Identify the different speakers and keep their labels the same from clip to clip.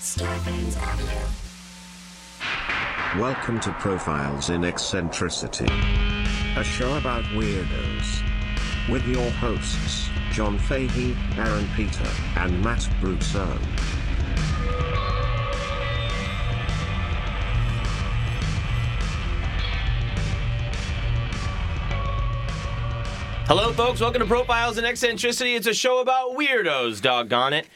Speaker 1: Starbane's Audio.
Speaker 2: Welcome to Profiles in Eccentricity, a show about weirdos. With your hosts, John Fahey, Aaron Peter, and Matt Brousseau.
Speaker 3: Hello, folks. Welcome to Profiles in Eccentricity. It's a show about weirdos, doggone it.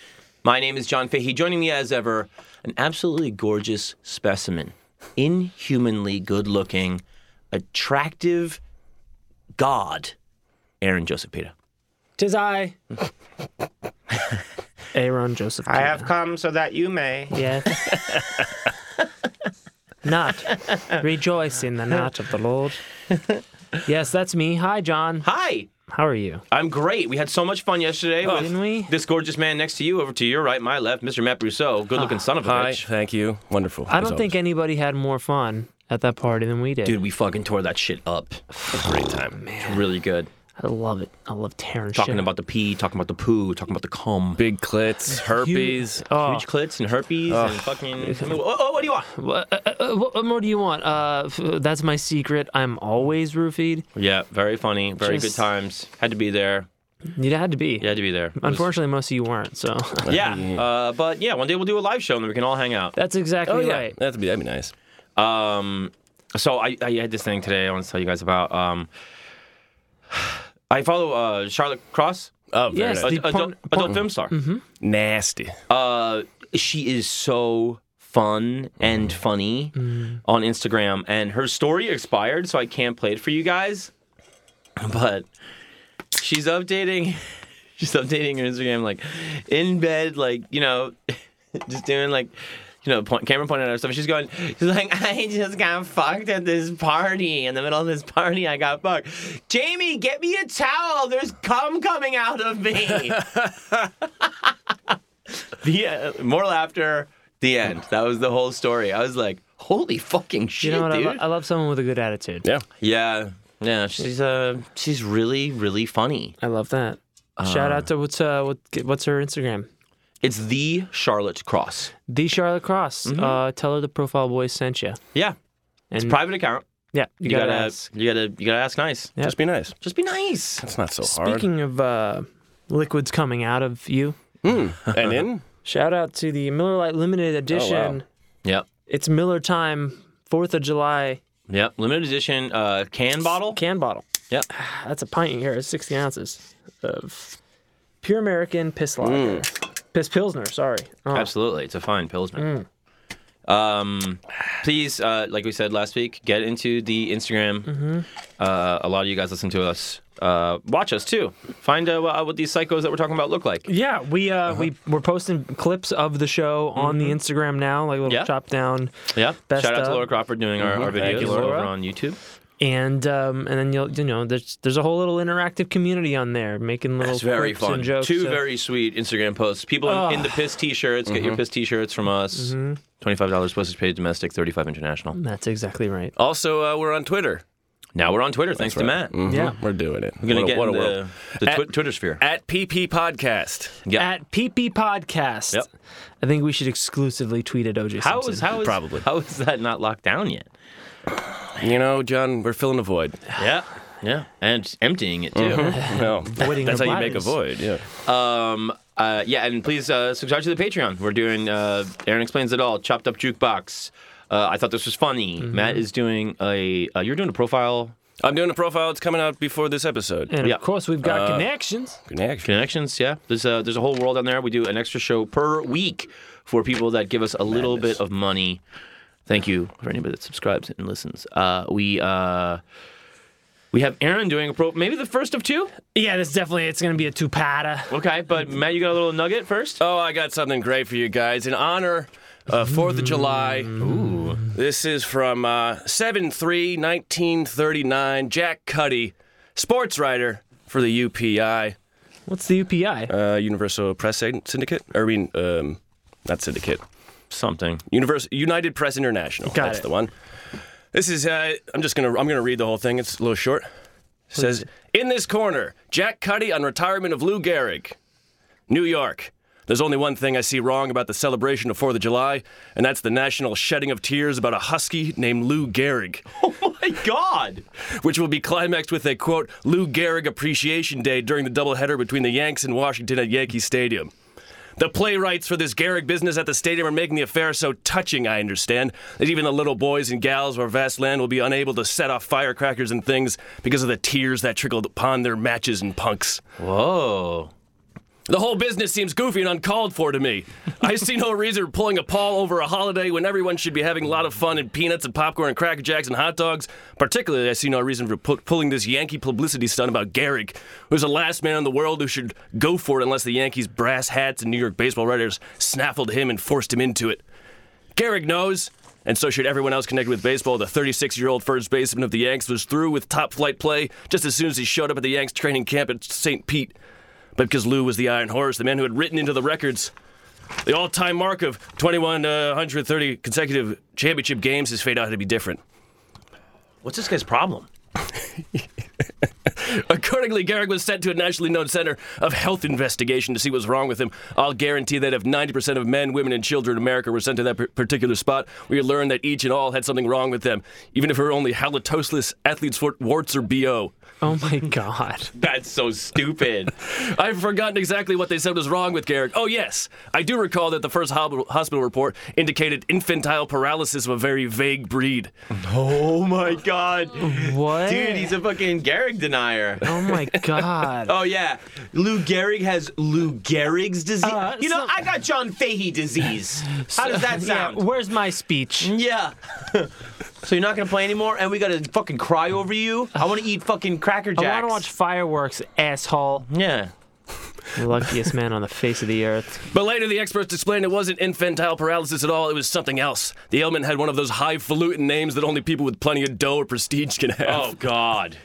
Speaker 3: My name is John Fahey. Joining me as ever, an absolutely gorgeous specimen, inhumanly good looking, attractive god, Aaron Joseph Pita.
Speaker 4: Tis I. Aaron Joseph.
Speaker 5: I have come so that you may.
Speaker 4: Yes. not. Rejoice in the knot of the Lord. Yes, that's me. Hi, John.
Speaker 3: Hi.
Speaker 4: How are you?
Speaker 3: I'm great. We had so much fun yesterday with
Speaker 4: didn't we?
Speaker 3: this gorgeous man next to you, over to your right, my left, Mr. Matt Brousseau, good looking son of a
Speaker 6: Hi,
Speaker 3: bitch.
Speaker 6: thank you. Wonderful.
Speaker 4: I
Speaker 6: as
Speaker 4: don't think
Speaker 6: always.
Speaker 4: anybody had more fun at that party than we did.
Speaker 3: Dude, we fucking tore that shit up. Great time. Man. Really good.
Speaker 4: I love it. I love tearing
Speaker 3: Talking
Speaker 4: shit.
Speaker 3: about the pee, talking about the poo, talking about the cum.
Speaker 6: big clits, herpes.
Speaker 4: Oh,
Speaker 3: huge clits and herpes and fucking. I mean, oh, oh, what do you want?
Speaker 4: what, uh, uh, what what more do you want? Uh, f- that's my secret. I'm always roofied.
Speaker 3: Yeah, very funny, very
Speaker 4: Just-
Speaker 3: good times. Had to be there.
Speaker 4: You had to be.
Speaker 3: You had to be there. It was-
Speaker 4: Unfortunately, most of you weren't. So
Speaker 3: Yeah, uh, but yeah, one day we'll do a live show and then we can all hang out.
Speaker 4: that's exactly
Speaker 6: oh yeah,
Speaker 4: right.
Speaker 6: that'd be that'd be nice.
Speaker 3: Um, so I, I had this thing today I want to tell you guys about. Um, I follow uh, Charlotte Cross, uh,
Speaker 6: Oh, very
Speaker 4: Yes,
Speaker 6: nice.
Speaker 4: the-
Speaker 3: adult,
Speaker 4: porn- Mm-hmm.
Speaker 3: adult film star.
Speaker 6: nasty.
Speaker 3: Uh, she is so fun and funny on Instagram, and her story expired, so I can't play it for you guys. But she's updating, she's updating her Instagram like in bed, like you know, just doing like. You know, point, camera pointed at her stuff. She's going, she's like, I just got fucked at this party. In the middle of this party, I got fucked. Jamie, get me a towel. There's cum coming out of me. The uh, more laughter. The end. That was the whole story. I was like, holy fucking shit,
Speaker 4: You know what? I,
Speaker 3: dude.
Speaker 4: lo- I love someone with a good attitude.
Speaker 6: Yeah.
Speaker 3: yeah, yeah. She's uh, she's really, really funny.
Speaker 4: I love that. Shout out to what's uh what, what's her Instagram?
Speaker 3: It's the Charlotte Cross.
Speaker 4: The Charlotte Cross.
Speaker 3: Mm-hmm.
Speaker 4: Uh, tell her the profile boys sent you.
Speaker 3: Yeah, it's
Speaker 4: And-
Speaker 3: private account.
Speaker 4: Yeah,
Speaker 3: You, gotta, you gotta, you gotta ask nice.
Speaker 4: Yeah.
Speaker 6: Just be nice.
Speaker 3: Just be nice.
Speaker 6: It's not so
Speaker 4: Speaking of uh, liquids coming out of you,
Speaker 6: hard. and in
Speaker 4: shout out to the Miller Lite
Speaker 3: Oh,
Speaker 4: Limited Edition.
Speaker 3: Yep,
Speaker 4: It's Miller time, Fourth of July
Speaker 3: yep. Limited edition uh, can bottle.
Speaker 4: can bottle.
Speaker 3: Yep.
Speaker 4: That's a pint here. It's sixty ounces of pure American piss lager,
Speaker 3: Mm.
Speaker 4: piss pilsner. Sorry. Oh,
Speaker 3: Absolutely, it's a fine pilsner.
Speaker 4: Mm.
Speaker 3: Um, please, uh, like we said last week, get into the Instagram.
Speaker 4: Mm-hmm.
Speaker 3: Uh, a lot of you guys listen to us. Uh, watch us too. Find out what, what these psychos that we're talking about look like.
Speaker 4: Yeah, we
Speaker 3: Uh-huh.
Speaker 4: uh, we we're posting clips of the show on the Instagram now, like a little
Speaker 3: Mm-hmm. Yeah.
Speaker 4: chop down.
Speaker 3: Yeah.
Speaker 4: Best
Speaker 3: Shout out to
Speaker 4: of. Mm-hmm.
Speaker 3: Laura Crawford doing our, our
Speaker 6: Thank
Speaker 3: videos
Speaker 6: you,
Speaker 3: over
Speaker 4: Laura.
Speaker 3: on YouTube.
Speaker 4: and um, and then you'll you know there's there's a whole little interactive community on there making little clips and jokes.
Speaker 3: Two
Speaker 4: of-
Speaker 3: very sweet Instagram posts. People in, in the piss t-shirts. Get your piss t-shirts from us. Twenty-five dollars postage paid domestic, thirty-five international.
Speaker 4: That's exactly right.
Speaker 6: also uh, we're on Twitter.
Speaker 3: Now we're on Twitter. thanks to Matt.
Speaker 4: Yeah.
Speaker 6: We're doing it.
Speaker 3: We're gonna
Speaker 6: Mm. what
Speaker 3: get
Speaker 6: a, what a
Speaker 3: in
Speaker 6: world.
Speaker 3: the, the
Speaker 6: At-
Speaker 3: twi- Twitter sphere.
Speaker 6: At PP Podcast.
Speaker 3: Yeah.
Speaker 4: At PP Podcast.
Speaker 3: Yep.
Speaker 4: I think we should exclusively tweet at OJ
Speaker 3: How
Speaker 4: Simpson.
Speaker 3: is how is
Speaker 6: Probably.
Speaker 3: how is that not locked down yet?
Speaker 6: You know, John, we're filling a void.
Speaker 3: Yeah, yeah, Mm-hmm. and emptying it too.
Speaker 6: No,
Speaker 4: Voiding
Speaker 6: that's
Speaker 4: the
Speaker 6: how you make a
Speaker 4: bladders.
Speaker 6: void. Yeah.
Speaker 3: Um, uh, yeah, and please uh, subscribe to the Patreon. We're doing uh, Aaron explains it all. Chopped up jukebox. Uh, I thought this was funny. Matt is doing a. Uh, you're doing a profile
Speaker 6: I'm doing a profile. It's coming out before this episode.
Speaker 4: and
Speaker 3: yeah. Uh,
Speaker 4: of course we've got connections.
Speaker 6: Good action.
Speaker 3: connections. Yeah, there's a there's a whole world on there. We do an extra show per week for people that give us a little bit of money. Thank you for anybody that subscribes and listens. Uh, we uh, we have Aaron doing a pro. Maybe the first of two.
Speaker 4: Yeah, this definitely it's gonna be a two-pata.
Speaker 3: Okay, but Matt, you got a little nugget first.
Speaker 6: Oh, I got something great for you guys in honor of Fourth of July. Ooh, this is from uh, seven three nineteen thirty nine. Jack Cuddy, sports writer for the UPI,
Speaker 4: What's the UPI?
Speaker 6: uh, Universal Press Syn- Syndicate. Or, I mean, um, not syndicate.
Speaker 3: Something.
Speaker 6: Universe United Press International.
Speaker 4: Got
Speaker 6: That's
Speaker 4: it.
Speaker 6: the one. This is. Uh, I'm just gonna. I'm gonna read the whole thing. It's a little short. says in this corner, Jack Cuddy on retirement of Lou Gehrig, New York. There's only one thing I see wrong about the celebration of 4th of July, and that's the national shedding of tears about a husky named Lou Gehrig,
Speaker 3: Oh my God!
Speaker 6: which will be climaxed with a quote, Lou Gehrig Appreciation Day during the doubleheader between the Yanks and Washington at Yankee Stadium. The playwrights for this Gehrig business at the stadium are making the affair so touching, I understand, that even the little boys and gals of our vast land will be unable to set off firecrackers and things because of the tears that trickled upon their matches and punks.
Speaker 3: Whoa.
Speaker 6: The whole business seems goofy and uncalled for to me. I see no reason for pulling a Paul over a holiday when everyone should be having a lot of fun and peanuts and popcorn and Cracker Jacks and hot dogs. Particularly, I see no reason for pu- pulling this Yankee publicity stunt about Garrick, who's the last man in the world who should go for it unless the Yankees' brass hats and New York baseball writers snaffled him and forced him into it. Garrick knows, and so should everyone else connected with baseball. The 36 year old first baseman of the Yanks was through with top flight play just as soon as he showed up at the Yanks training camp at St. Pete. But because Lou was the Iron Horse, the man who had written into the records the all time mark of 2,130 consecutive championship games, his fate ought to be different.
Speaker 3: What's this guy's problem?
Speaker 6: Accordingly, Garrick was sent to a nationally known center of health investigation to see what's wrong with him. I'll guarantee that if 90% of men, women, and children in America were sent to that par- particular spot, we would learn that each and all had something wrong with them, even if it were only halitosis, athlete's foot, warts, or BO.
Speaker 4: Oh my god.
Speaker 3: That's so stupid.
Speaker 6: I've forgotten exactly what they said was wrong with Garrick. Oh, yes. I do recall that the first hob- hospital report indicated infantile paralysis of a very vague breed.
Speaker 3: oh my God.
Speaker 4: What?
Speaker 3: Dude, he's a fucking Gehrig denier.
Speaker 4: oh my god.
Speaker 3: Oh yeah, Lou Gehrig has Lou Gehrig's disease.
Speaker 4: Uh,
Speaker 3: you know,
Speaker 4: so-
Speaker 3: I got John Fahey disease. How does that
Speaker 4: Yeah,
Speaker 3: sound?
Speaker 4: where's my speech?
Speaker 3: Yeah. so you're not gonna play anymore, and we gotta fucking cry over you. I want to eat fucking Cracker Jacks.
Speaker 4: I want to watch fireworks, asshole.
Speaker 3: Yeah.
Speaker 4: Luckiest man on the face of the earth.
Speaker 6: But later, the experts explained it wasn't infantile paralysis at all, it was something else. The ailment had one of those highfalutin names that only people with plenty of dough or prestige can have.
Speaker 3: Oh God.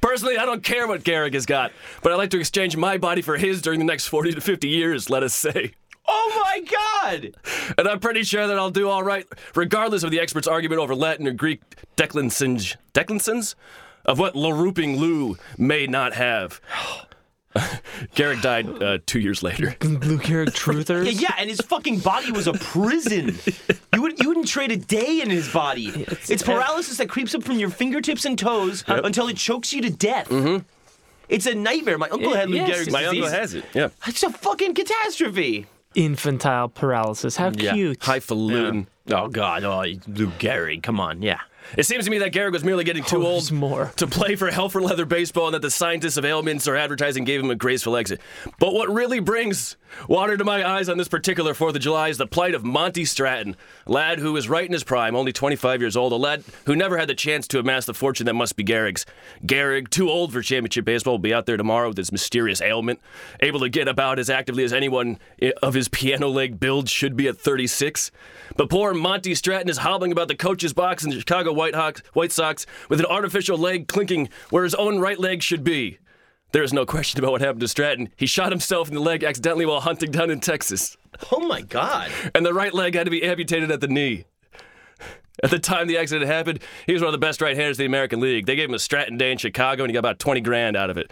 Speaker 6: Personally, I don't care what Garrick has got, but I'd like to exchange my body for his during the next 40 to 50 years, let us say.
Speaker 3: Oh my God.
Speaker 6: And I'm pretty sure that I'll do all right, regardless of the expert's argument over Latin or Greek declinsins, declinsins? Of what LaRooping Lou may not have. Garrick died uh, two years later.
Speaker 4: Luke Gehrig truthers.
Speaker 3: Yeah, yeah, and his fucking body was a prison. You would you wouldn't trade a day in his body. It's, paralysis that creeps up from your fingertips and toes until it chokes you to death. It's a nightmare. My uncle
Speaker 4: Yeah,
Speaker 3: had Lou
Speaker 4: yes,
Speaker 3: Gehrig's
Speaker 4: it's-
Speaker 6: My uncle
Speaker 3: disease.
Speaker 6: has it. Yeah.
Speaker 3: It's a fucking catastrophe.
Speaker 4: Infantile paralysis. How cute.
Speaker 6: Highfalutin.
Speaker 3: Oh God! Oh, Lou Gehrig, come on, yeah.
Speaker 6: It seems to me that Garrick was merely getting too
Speaker 4: Oh,
Speaker 6: old
Speaker 4: there's more.
Speaker 6: to play for hell for leather baseball and that the scientists of ailments or advertising gave him a graceful exit. But what really brings water to my eyes on this particular 4th of July is the plight of Monty Stratton, a lad who was right in his prime, only 25 years old, a lad who never had the chance to amass the fortune that must be Garrick's. Garrick, too old for championship baseball, will be out there tomorrow with his mysterious ailment, able to get about as actively as anyone i- of his piano leg build should be at 36. But poor Monty Stratton is hobbling about the coach's box in the Chicago White, Hawks, White Sox with an artificial leg clinking where his own right leg should be. There is no question about what happened to Stratton. He shot himself in the leg accidentally while hunting down in Texas,
Speaker 3: Oh my God!
Speaker 6: and the right leg had to be amputated at the knee. At the time the accident happened, he was one of the best right-handers in the American League. They gave him a Stratton Day in Chicago, and he got about 20 grand out of it.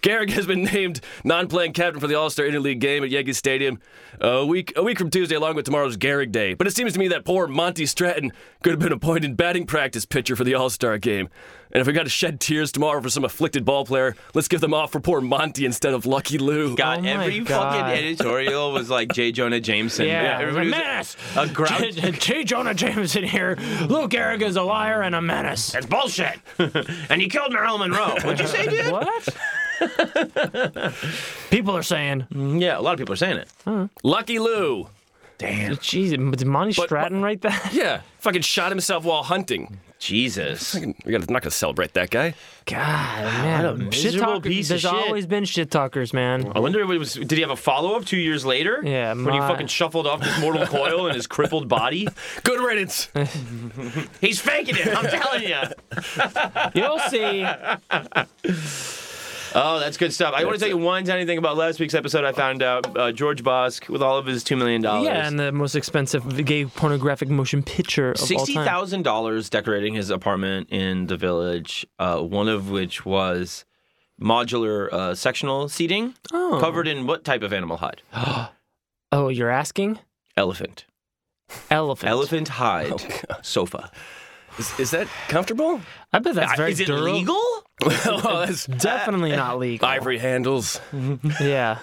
Speaker 6: Garrick has been named non-playing captain for the All-Star Interleague game at Yankee Stadium uh, a week a week from Tuesday, along with tomorrow's Garrick Day. But it seems to me that poor Monty Stratton could have been appointed batting practice pitcher for the All-Star game. And if we got to shed tears tomorrow for some afflicted ball player, let's give them off for poor Monty instead of Lucky Lou.
Speaker 3: God,
Speaker 4: Oh my
Speaker 3: every
Speaker 4: God.
Speaker 3: fucking editorial was like J. Jonah Jameson.
Speaker 4: Yeah, it was a
Speaker 3: everybody was
Speaker 4: menace.
Speaker 3: A grouch.
Speaker 4: J. J. Jonah Jameson here. Lou Gehrig is a liar and a menace.
Speaker 5: That's bullshit.
Speaker 3: and he killed Marilyn Monroe. What'd you say, dude?
Speaker 4: What? People are saying,
Speaker 3: Yeah, a lot of people are saying it.
Speaker 6: Lucky Lou.
Speaker 3: Damn.
Speaker 4: "Geez, did Monty Stratton write that?"
Speaker 6: Yeah, fucking shot himself while hunting.
Speaker 3: Jesus.
Speaker 6: We gotta, not gonna celebrate that guy.
Speaker 4: God, man,
Speaker 3: What a
Speaker 4: shit
Speaker 3: miserable
Speaker 4: talker-
Speaker 3: piece of
Speaker 4: There's
Speaker 3: shit.
Speaker 4: always been shit talkers, man.
Speaker 3: I wonder if it was. Did he have a follow up two years later?
Speaker 4: Yeah,
Speaker 3: When he
Speaker 4: my-
Speaker 3: fucking shuffled off his mortal coil and his crippled body.
Speaker 6: Good riddance.
Speaker 3: He's faking it. I'm telling you.
Speaker 4: You'll see.
Speaker 3: Oh, that's good stuff. I want to tell you one tiny thing about last week's episode. I found out uh, George Bosk with all of his two million dollars.
Speaker 4: Yeah, and the most expensive gay pornographic motion picture of all
Speaker 3: sixty
Speaker 4: time.
Speaker 3: thousand dollars decorating his apartment in the village. Uh, one of which was modular uh, sectional seating
Speaker 4: Oh.
Speaker 3: covered in what type of animal hide?
Speaker 4: Oh, you're asking?
Speaker 3: Elephant.
Speaker 4: Elephant.
Speaker 3: Elephant hide
Speaker 4: Oh,
Speaker 3: sofa.
Speaker 6: Is, is that comfortable?
Speaker 4: I bet that's very
Speaker 3: Uh, Is it
Speaker 4: durable.
Speaker 3: legal? Uh,
Speaker 6: well, that's
Speaker 4: Definitely not legal.
Speaker 6: ivory handles.
Speaker 4: Yeah.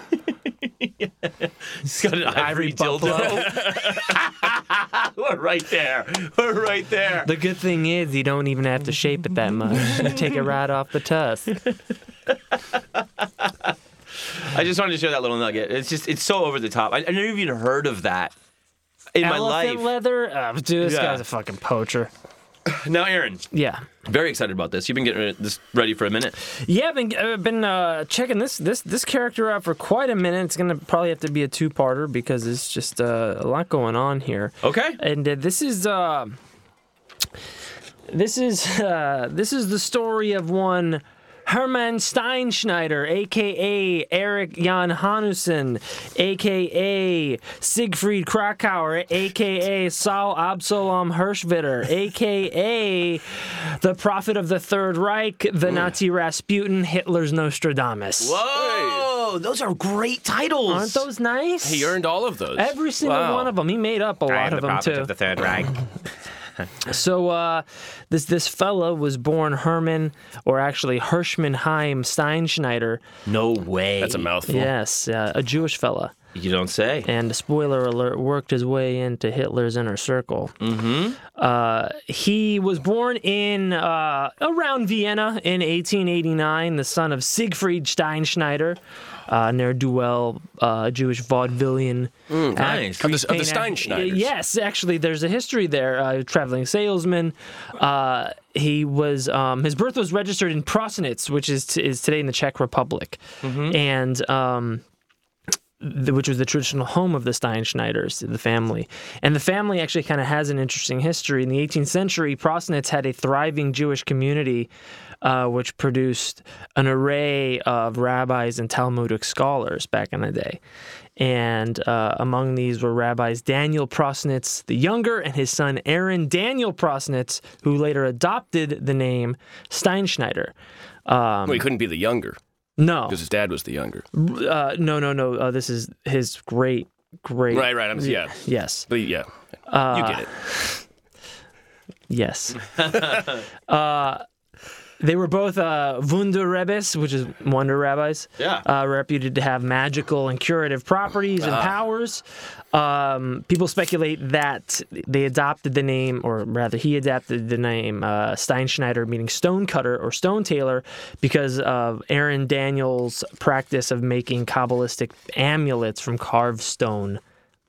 Speaker 3: It's got an ivory,
Speaker 4: Ivory
Speaker 3: dildo. We're right there. We're right there.
Speaker 4: The good thing is you don't even have to shape it that much. You take it right off the tusk.
Speaker 3: I just wanted to share that little nugget. It's just it's so over the top. I, I never even heard of that in my
Speaker 4: Elephant
Speaker 3: life.
Speaker 4: leather? Oh, dude, this
Speaker 3: Yeah.
Speaker 4: guy's a fucking poacher.
Speaker 3: now, Aaron,
Speaker 4: Yeah.
Speaker 3: very excited about this. You've been getting this ready for a minute.
Speaker 4: Yeah, I've been I've been uh, checking this this this character out for quite a minute. It's gonna probably have to be a two parter because it's just uh, a lot going on here.
Speaker 3: Okay.
Speaker 4: And uh, this is uh, this is uh, this is the story of one Herman Steinschneider, aka Eric Jan Hanussen, aka Siegfried Krakauer, aka Saul Absalom Hirschwitter, aka the Prophet of the Third Reich, the
Speaker 5: Mm.
Speaker 4: Nazi Rasputin, Hitler's Nostradamus.
Speaker 3: Whoa, Oh, those are great titles.
Speaker 4: Aren't those nice?
Speaker 6: He earned all of those.
Speaker 4: Every single
Speaker 6: Wow.
Speaker 4: one of them. He made up a
Speaker 5: I
Speaker 4: lot
Speaker 5: am
Speaker 4: of
Speaker 5: the
Speaker 4: them
Speaker 5: prophet
Speaker 4: too.
Speaker 5: of the Third Reich.
Speaker 4: So uh, this this fella was born Herman, or actually Hirschmanheim Steinschneider.
Speaker 3: No way.
Speaker 6: That's a mouthful.
Speaker 4: Yes, uh, a Jewish fella,
Speaker 3: You don't say.
Speaker 4: and spoiler alert, worked his way into Hitler's inner circle. Mm-hmm. Uh, he was born in uh, around Vienna in 1889, the son of Siegfried Steinschneider, uh, ne'er do well uh, Jewish vaudevillian.
Speaker 3: Nice.
Speaker 6: Mm, Of the, of the
Speaker 4: Pain-
Speaker 6: Steinschneiders.
Speaker 4: Yes, actually, there's a history there. Uh, traveling salesman. Uh, he was um, his birth was registered in Prosenitz, which is t- is today in the Czech Republic,
Speaker 6: Mm-hmm.
Speaker 4: and. Um, th- which was the traditional home of the Steinschneiders, the family. And the family actually kind of has an interesting history. In the 18th century, Prosenitz had a thriving Jewish community, uh, which produced an array of rabbis and Talmudic scholars back in the day. And uh, among these were rabbis Daniel Prosnitz the Younger and his son Aaron Daniel Prosnitz, who later adopted the name Steinschneider.
Speaker 6: Well, he couldn't be the younger
Speaker 4: No,
Speaker 6: because his dad was the younger.
Speaker 4: uh, no, no, no. Uh, this is his great, great.
Speaker 6: Right, right. I'm, yeah.
Speaker 4: Yes.
Speaker 6: But yeah.
Speaker 4: Uh,
Speaker 6: you get it.
Speaker 4: Yes. uh, they were both uh, Wunder Rebbes, which is wonder rabbis.
Speaker 3: Yeah.
Speaker 4: Uh, reputed to have magical and curative properties and powers. Um, people speculate that they adopted the name, or rather, he adopted the name uh, Steinschneider, meaning stone cutter or stone tailor, because of Aaron Daniels' practice of making Kabbalistic amulets from carved stone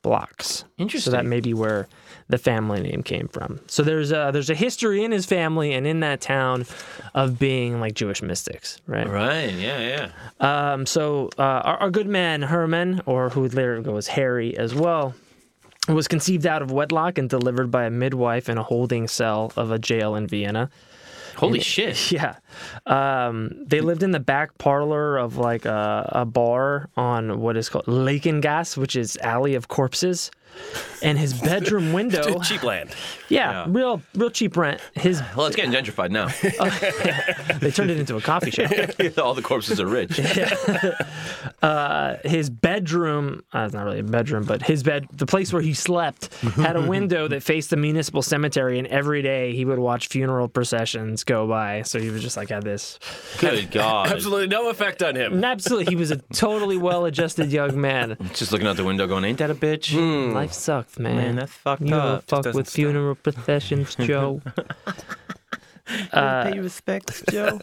Speaker 4: blocks. Interesting. So that may be where the family name came from. So there's a, there's a history in his family and in that town of being like Jewish mystics, right?
Speaker 3: Right. Yeah. Yeah.
Speaker 4: Um, so uh, our, our good man Herman, or who would later go as Harry as well, was conceived out of wedlock and delivered by a midwife in a holding cell of a jail in Vienna.
Speaker 3: Holy shit.
Speaker 4: Yeah. Um, they lived in the back parlor of like a, a bar on what is called Lakengasse, which is Alley of Corpses. And his bedroom window,
Speaker 6: Cheap land.
Speaker 4: yeah, real, real cheap rent. His
Speaker 3: Well, it's getting gentrified now.
Speaker 4: they turned it into a coffee shop.
Speaker 3: All the corpses are rich.
Speaker 4: his bedroom uh, it's not really a bedroom but his bed the place where he slept had a window that faced the municipal cemetery and every day he would watch funeral processions go by so he was just like had this
Speaker 3: Good God.
Speaker 6: Absolutely no effect on him.
Speaker 4: and absolutely he was a totally well-adjusted young man
Speaker 3: Just looking out the window, going, "Ain't that a bitch?"
Speaker 4: life sucks man,
Speaker 3: Mm. Man, that's fucked
Speaker 4: you
Speaker 3: up. Just
Speaker 4: don't fuck
Speaker 3: doesn't
Speaker 4: with
Speaker 3: stop.
Speaker 4: funeral processions joe
Speaker 5: Pay respects, Joe.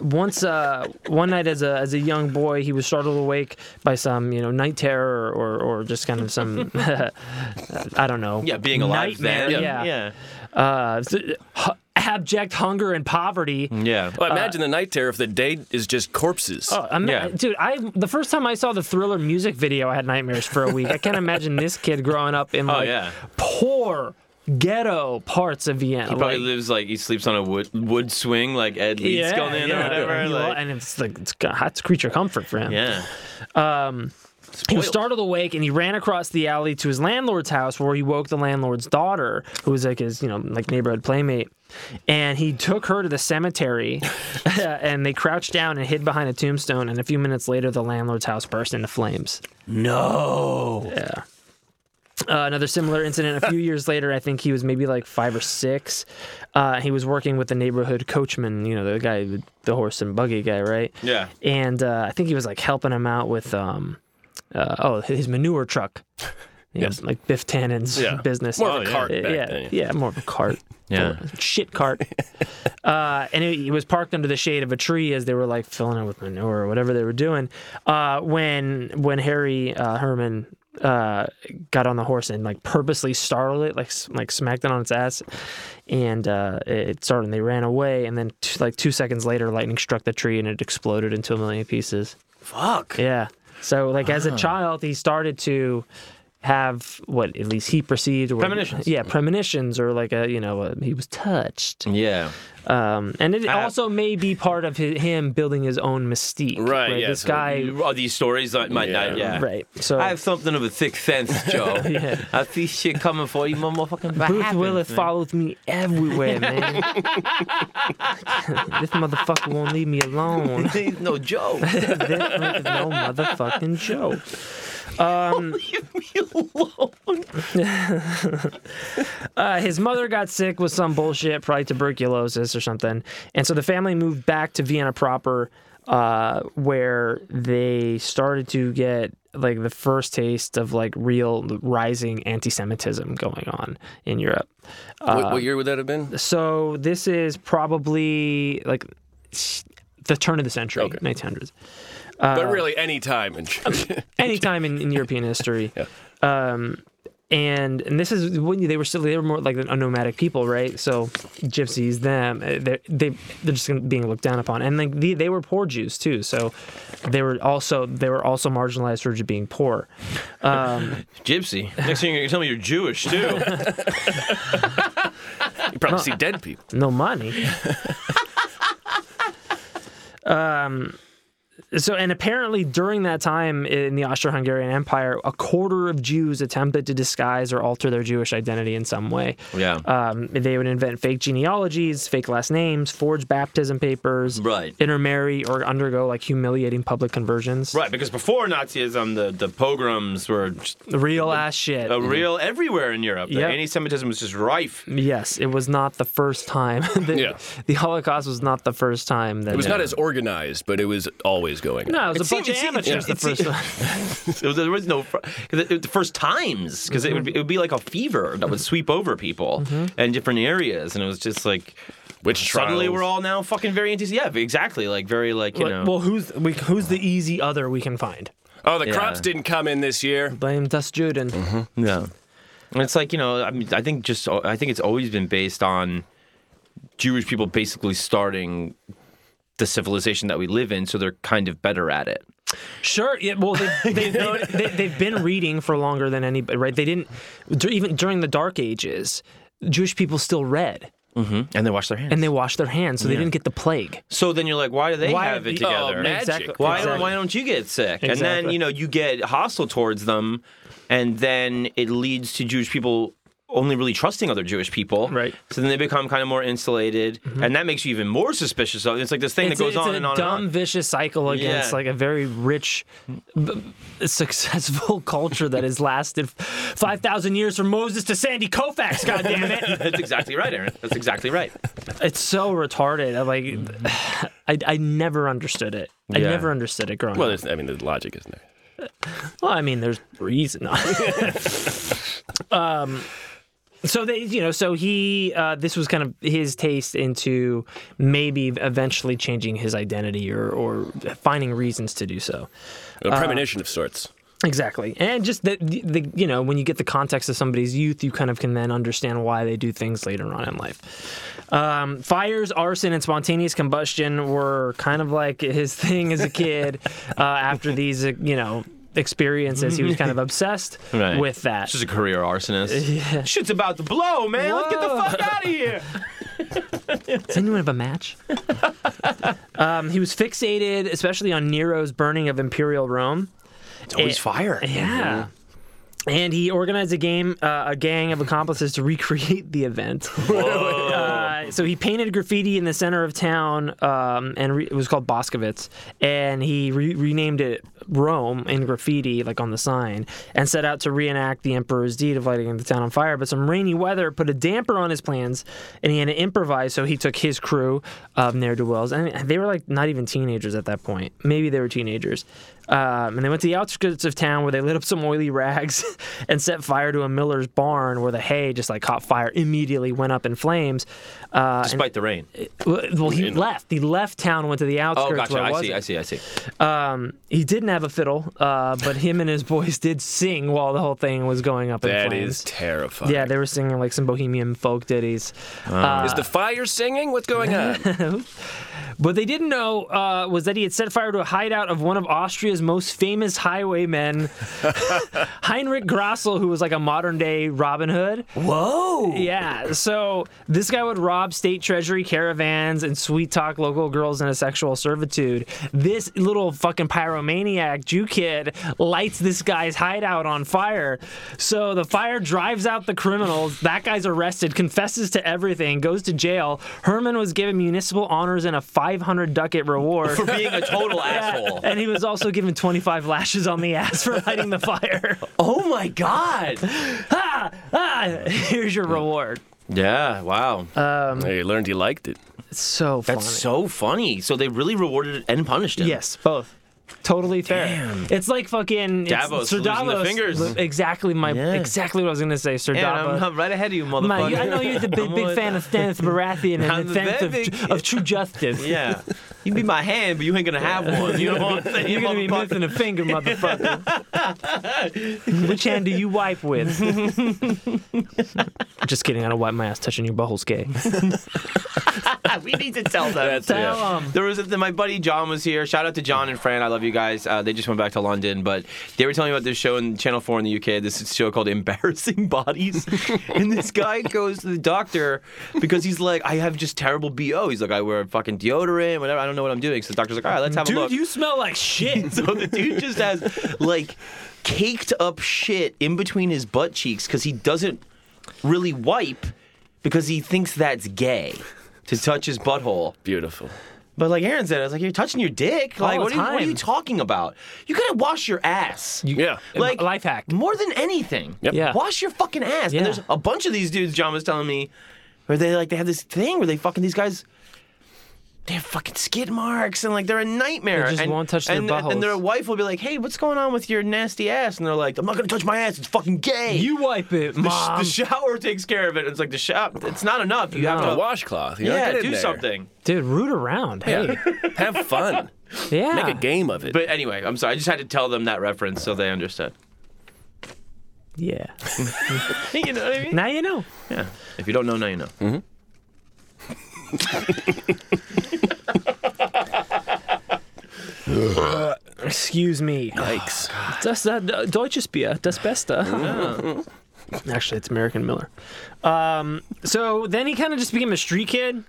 Speaker 4: once uh, one night as a as a young boy, he was startled awake by some you know night terror or or just kind of some I don't know
Speaker 3: Yeah, being alive
Speaker 4: nightmare.
Speaker 3: then.
Speaker 4: yeah,
Speaker 3: Yeah.
Speaker 4: Uh, th- hu- abject hunger and poverty.
Speaker 3: Yeah.
Speaker 4: Uh,
Speaker 6: Well, imagine the night terror if the day is just corpses.
Speaker 4: Oh, I'm
Speaker 3: Yeah.
Speaker 4: dude, I the first time I saw the Thriller music video, I had nightmares for a week. I can't imagine this kid growing up in like
Speaker 3: Oh, yeah.
Speaker 4: poor ghetto parts of Vienna.
Speaker 3: He probably
Speaker 4: like-
Speaker 3: lives like he sleeps on a wood wood swing, like Ed Leeds going in or
Speaker 4: yeah.
Speaker 3: whatever.
Speaker 4: And, he lo-
Speaker 3: like-
Speaker 4: and it's like it's, it's creature comfort for him.
Speaker 3: yeah.
Speaker 4: He
Speaker 3: Spoiled.
Speaker 4: was startled awake and he ran across the alley to his landlord's house where he woke the landlord's daughter, who was like his, you know, like neighborhood playmate. And he took her to the cemetery and they crouched down and hid behind a tombstone. And a few minutes later, the landlord's house burst into flames.
Speaker 3: No.
Speaker 4: Yeah. Uh, another similar incident a few years later. I think he was maybe like five or six. Uh, he was working with the neighborhood coachman, you know, the guy, with the horse and buggy guy, right?
Speaker 6: Yeah.
Speaker 4: And uh, I think he was like helping him out with, um, uh, oh, his manure truck. You know,
Speaker 6: Yes.
Speaker 4: like Biff Tannen's
Speaker 6: Yeah.
Speaker 4: business.
Speaker 6: More of a cart back
Speaker 4: yeah,
Speaker 6: then, yeah.
Speaker 4: yeah, more of a cart.
Speaker 3: Yeah.
Speaker 4: Shit cart. uh, and it, it was parked under the shade of a tree as they were like filling it with manure or whatever they were doing. Uh, when when Harry uh, Herman uh, got on the horse and like purposely startled it, like s- like smacked it on its ass, and uh, it started and they ran away. And then t- like two seconds later, lightning struck the tree and it exploded into a million pieces.
Speaker 6: Fuck.
Speaker 4: Yeah. So like as a
Speaker 3: Ah.
Speaker 4: child, he started to have what at least he perceived or
Speaker 3: Premonitions.
Speaker 4: Yeah, premonitions or like a you know a, he was touched.
Speaker 3: Yeah.
Speaker 4: Um, and it
Speaker 3: Uh,
Speaker 4: also may be part of hi him building his own mystique.
Speaker 6: Right, yeah,
Speaker 4: This
Speaker 6: so
Speaker 4: guy.
Speaker 3: Are these stories that might not? Yeah.
Speaker 4: Right. So.
Speaker 3: I have something of a thick sense, Joe.
Speaker 4: Yeah.
Speaker 3: I see shit coming for you, motherfucking. What
Speaker 4: Bruce
Speaker 3: happens,
Speaker 4: Willis
Speaker 3: man?
Speaker 4: follows me everywhere, man. this motherfucker won't leave me alone.
Speaker 3: He's no joke.
Speaker 4: This is no motherfucking joke. Um,
Speaker 3: Leave me alone.
Speaker 4: Uh, his mother got sick with some bullshit, probably tuberculosis or something. And so the family moved back to Vienna proper, uh, where they started to get like the first taste of like real rising anti Semitism going on in Europe. uh,
Speaker 6: what, what year would that have been?
Speaker 4: So this is probably like s- the turn of the century, 1900s.
Speaker 6: but really, any time. in-
Speaker 4: Anytime in, in European history. Um, and and this is when they were still they were more like a nomadic people, right? So gypsies, them, uh, they're, they they're just being looked down upon, and like they, they were poor Jews too. So they were also they were also marginalized for just being poor.
Speaker 3: Gypsy. Next thing you're gonna tell me you're Jewish too.
Speaker 6: you probably see dead people.
Speaker 4: no money. um, Um, so, and apparently during that time in the Austro Hungarian Empire, a quarter of Jews attempted to disguise or alter their Jewish identity in some way.
Speaker 3: Yeah.
Speaker 4: Um, they would invent fake genealogies, fake last names, forge baptism papers,
Speaker 3: Right.
Speaker 4: intermarry, or undergo like humiliating public conversions.
Speaker 3: Right, because before Nazism, the, the pogroms were just
Speaker 4: Real ass shit.
Speaker 3: a real everywhere in Europe. The
Speaker 4: Yep.
Speaker 3: Anti-Semitism was just rife.
Speaker 4: Yes, it was not the first time. the,
Speaker 6: Yeah.
Speaker 4: the Holocaust was not the first time that
Speaker 6: It was not as organized, but it was always going.
Speaker 4: No, it
Speaker 3: It
Speaker 4: was a bunch
Speaker 3: seemed-
Speaker 4: of
Speaker 3: it seemed-
Speaker 4: amateurs
Speaker 3: yeah.
Speaker 4: the first time.
Speaker 3: It was, there was no fr- 'cause it, it- the first times because it would be, it would be like a fever that would sweep over people in different areas, and it was just like
Speaker 6: Which
Speaker 3: Uh, suddenly
Speaker 6: trials?
Speaker 3: we're all now fucking very anti. Yeah, exactly. Like very like you
Speaker 4: Like,
Speaker 3: know.
Speaker 4: well, who's we, who's the easy other we can find?
Speaker 6: Oh, the
Speaker 3: Yeah.
Speaker 6: crops didn't come in this year.
Speaker 4: Blame Das Juden.
Speaker 3: Yeah. And it's like, you know, I mean, I think just, I think it's always been based on Jewish people basically starting the civilization that we live in, so they're kind of better at it.
Speaker 4: Sure. Yeah. Well, they, they, they, they, they've been reading for longer than anybody, right? They didn't dur- even during the Dark Ages. Jewish people still read
Speaker 3: And they wash their hands.
Speaker 4: and they washed their hands, so they didn't get the plague.
Speaker 3: so then you're like, why do they
Speaker 4: Why
Speaker 3: have
Speaker 4: are
Speaker 3: it
Speaker 4: the- oh,
Speaker 3: together?
Speaker 6: magic.
Speaker 4: Exactly.
Speaker 3: Why,
Speaker 4: exactly.
Speaker 3: don't, why don't you get sick? And then,
Speaker 4: Exactly.
Speaker 3: you know, you get hostile towards them, and then it leads to Jewish people only really trusting other Jewish people.
Speaker 4: Right. Mm-hmm.
Speaker 3: So then they become kind of more insulated, and that makes you even more suspicious of it. It's like this thing
Speaker 4: it's
Speaker 3: that
Speaker 4: a-
Speaker 3: goes
Speaker 4: it's
Speaker 3: on
Speaker 4: a
Speaker 3: and on
Speaker 4: dumb,
Speaker 3: and on.
Speaker 4: vicious cycle against
Speaker 3: Yeah.
Speaker 4: like a very rich, b- successful culture that has lasted five thousand years from Moses to Sandy Koufax. God damn it!
Speaker 3: That's exactly right, Aaron. That's exactly right.
Speaker 4: It's so retarded. I, Like, I, I never understood it. I
Speaker 3: Yeah.
Speaker 4: never understood it growing
Speaker 6: Well,
Speaker 4: up.
Speaker 6: there's, I mean, the logic isn't there.
Speaker 4: Well, I mean, there's reason. um, so they, you know, so he, uh, this was kind of his taste into maybe eventually changing his identity or or finding reasons to do so.
Speaker 6: A
Speaker 3: Uh,
Speaker 6: premonition of sorts.
Speaker 4: Exactly, and just the, the you know when you get the context of somebody's youth, you kind of can then understand why they do things later on in life. Um, fires, arson, and spontaneous combustion were kind of like his thing as a kid. uh, after these, uh, you know, experiences, he was kind of obsessed
Speaker 3: Right.
Speaker 4: with that.
Speaker 3: She's a career arsonist. Shit's about to blow, man. Let's get the
Speaker 4: Whoa.
Speaker 3: fuck out of here.
Speaker 4: Does anyone have a match? um, he was fixated, especially on Nero's burning of Imperial Rome.
Speaker 3: It's always
Speaker 4: Eh,
Speaker 3: fire.
Speaker 4: Yeah. And he organized a game, uh, a gang of accomplices to recreate the event. Uh, so he painted graffiti in the center of town, um, and re- it was called Boscovitz. And he re- renamed it Rome in graffiti, like on the sign, and set out to reenact the emperor's deed of lighting the town on fire. But some rainy weather put a damper on his plans, and he had to improvise. So he took his crew of ne'er do wells, and they were like not even teenagers at that point. Maybe they were teenagers. Um, and they went to the outskirts of town where they lit up some oily rags and set fire to a miller's barn where the hay just like caught fire immediately, went up in flames. Uh, and-
Speaker 3: Despite the rain.
Speaker 4: well, well, he left. He left town, went to the outskirts.
Speaker 3: Oh, gotcha.
Speaker 4: where it
Speaker 3: I see. I see.
Speaker 4: wasn't.
Speaker 3: I see.
Speaker 4: Um, he didn't have a fiddle, uh, but him and his boys did sing while the whole thing was going up in
Speaker 6: That
Speaker 4: flames.
Speaker 6: is terrifying.
Speaker 4: yeah, they were singing like some bohemian folk ditties.
Speaker 6: Is the fire singing? What's going on?
Speaker 4: What they didn't know uh, was that he had set fire to a hideout of one of Austria's most famous highwaymen, Heinrich Grassel, who was like a modern day Robin Hood.
Speaker 3: Whoa.
Speaker 4: Yeah, so this guy would rob state treasury caravans and sweet talk local girls into sexual servitude. This little fucking pyromaniac Jew kid lights this guy's hideout on fire. So the fire drives out the criminals. That guy's arrested, confesses to everything, goes to jail. Herman was given municipal honors and a 500 ducat reward.
Speaker 3: For being a total asshole.
Speaker 4: And he was also given 25 lashes on the ass for lighting the fire.
Speaker 3: Oh my god.
Speaker 4: ah, ah, here's your reward.
Speaker 3: Yeah. Wow.
Speaker 6: Hey, you learned you liked it.
Speaker 4: It's so funny.
Speaker 3: That's so funny. So they really rewarded and punished him.
Speaker 4: Yes, both. Totally fair. It's like fucking it's-
Speaker 3: Davos
Speaker 4: Sir
Speaker 3: losing the
Speaker 4: Davos-
Speaker 3: fingers.
Speaker 4: Exactly my
Speaker 3: Yeah.
Speaker 4: exactly what I was gonna say, Sir
Speaker 3: And I'm,
Speaker 4: Davos.
Speaker 3: I'm right ahead of you,
Speaker 4: My-
Speaker 3: motherfucker.
Speaker 4: I know you're the big,
Speaker 3: I'm
Speaker 4: big
Speaker 3: with-
Speaker 4: fan of Stannis Baratheon
Speaker 3: I'm
Speaker 4: and the sense
Speaker 3: that big.
Speaker 4: of, of true justice.
Speaker 3: Yeah. You be my hand, but you ain't gonna have one. You know what I'm saying?
Speaker 4: You're gonna be
Speaker 3: motherfucker?
Speaker 4: missing a finger, motherfucker. Which hand do you wipe with? Just kidding. I don't wipe my ass touching your butthole's gay.
Speaker 3: we need to tell them.
Speaker 6: That's it.
Speaker 4: Tell 'em.
Speaker 3: There was my buddy John was here. Shout out to John and Fran. I love you guys. Uh, they just went back to London, but they were telling me about this show in Channel Four in the UK. This is a show called Embarrassing Bodies, and this guy goes to the doctor because he's like, I have just terrible bo. He's like, I wear fucking deodorant, whatever. I don't know what I'm doing. So the doctor's like, all right, let's have a look.
Speaker 4: Dude, you smell like shit.
Speaker 3: so the dude just has like caked up shit in between his butt cheeks because he doesn't really wipe because he thinks that's gay to touch his butthole.
Speaker 6: Beautiful.
Speaker 3: But like Aaron said, I was like, you're touching your dick. Like,
Speaker 4: the
Speaker 3: what, are you, what are
Speaker 4: time.
Speaker 3: you talking about? You gotta wash your ass.
Speaker 6: Yeah.
Speaker 3: like
Speaker 4: uh, Life hack.
Speaker 3: More than anything.
Speaker 6: Yep.
Speaker 4: Yeah.
Speaker 3: Wash your fucking ass.
Speaker 4: Yeah.
Speaker 3: And there's a bunch of these dudes. John was telling me, where they like they have this thing where they fucking these guys. They have fucking skid marks and like they're a nightmare.
Speaker 4: They just
Speaker 3: and,
Speaker 4: won't touch their
Speaker 3: and, and their
Speaker 4: buttholes.
Speaker 3: wife will be like, "Hey, what's going on with your nasty ass?" And they're like, "I'm not gonna touch my ass. It's fucking gay."
Speaker 4: You wipe it,
Speaker 3: the, sh-
Speaker 4: mom.
Speaker 3: the shower takes care of it. It's like the shop. It's not enough. You have
Speaker 6: A
Speaker 3: to
Speaker 6: washcloth. You know,
Speaker 3: yeah
Speaker 6: get in
Speaker 3: do
Speaker 6: there.
Speaker 3: something.
Speaker 4: Dude, root around. Hey,
Speaker 6: Have fun.
Speaker 4: yeah.
Speaker 6: Make a game of it.
Speaker 3: But anyway, I'm sorry. I just had to tell them that reference so they understood.
Speaker 4: Yeah.
Speaker 3: you know what I mean?
Speaker 4: now you know.
Speaker 3: Yeah. If you don't know, now you know.
Speaker 4: Excuse me.
Speaker 6: Yikes.
Speaker 4: Das, uh, deutsches Bier, das Beste. Actually, it's American Miller. Um, so then he kind of just became a street kid.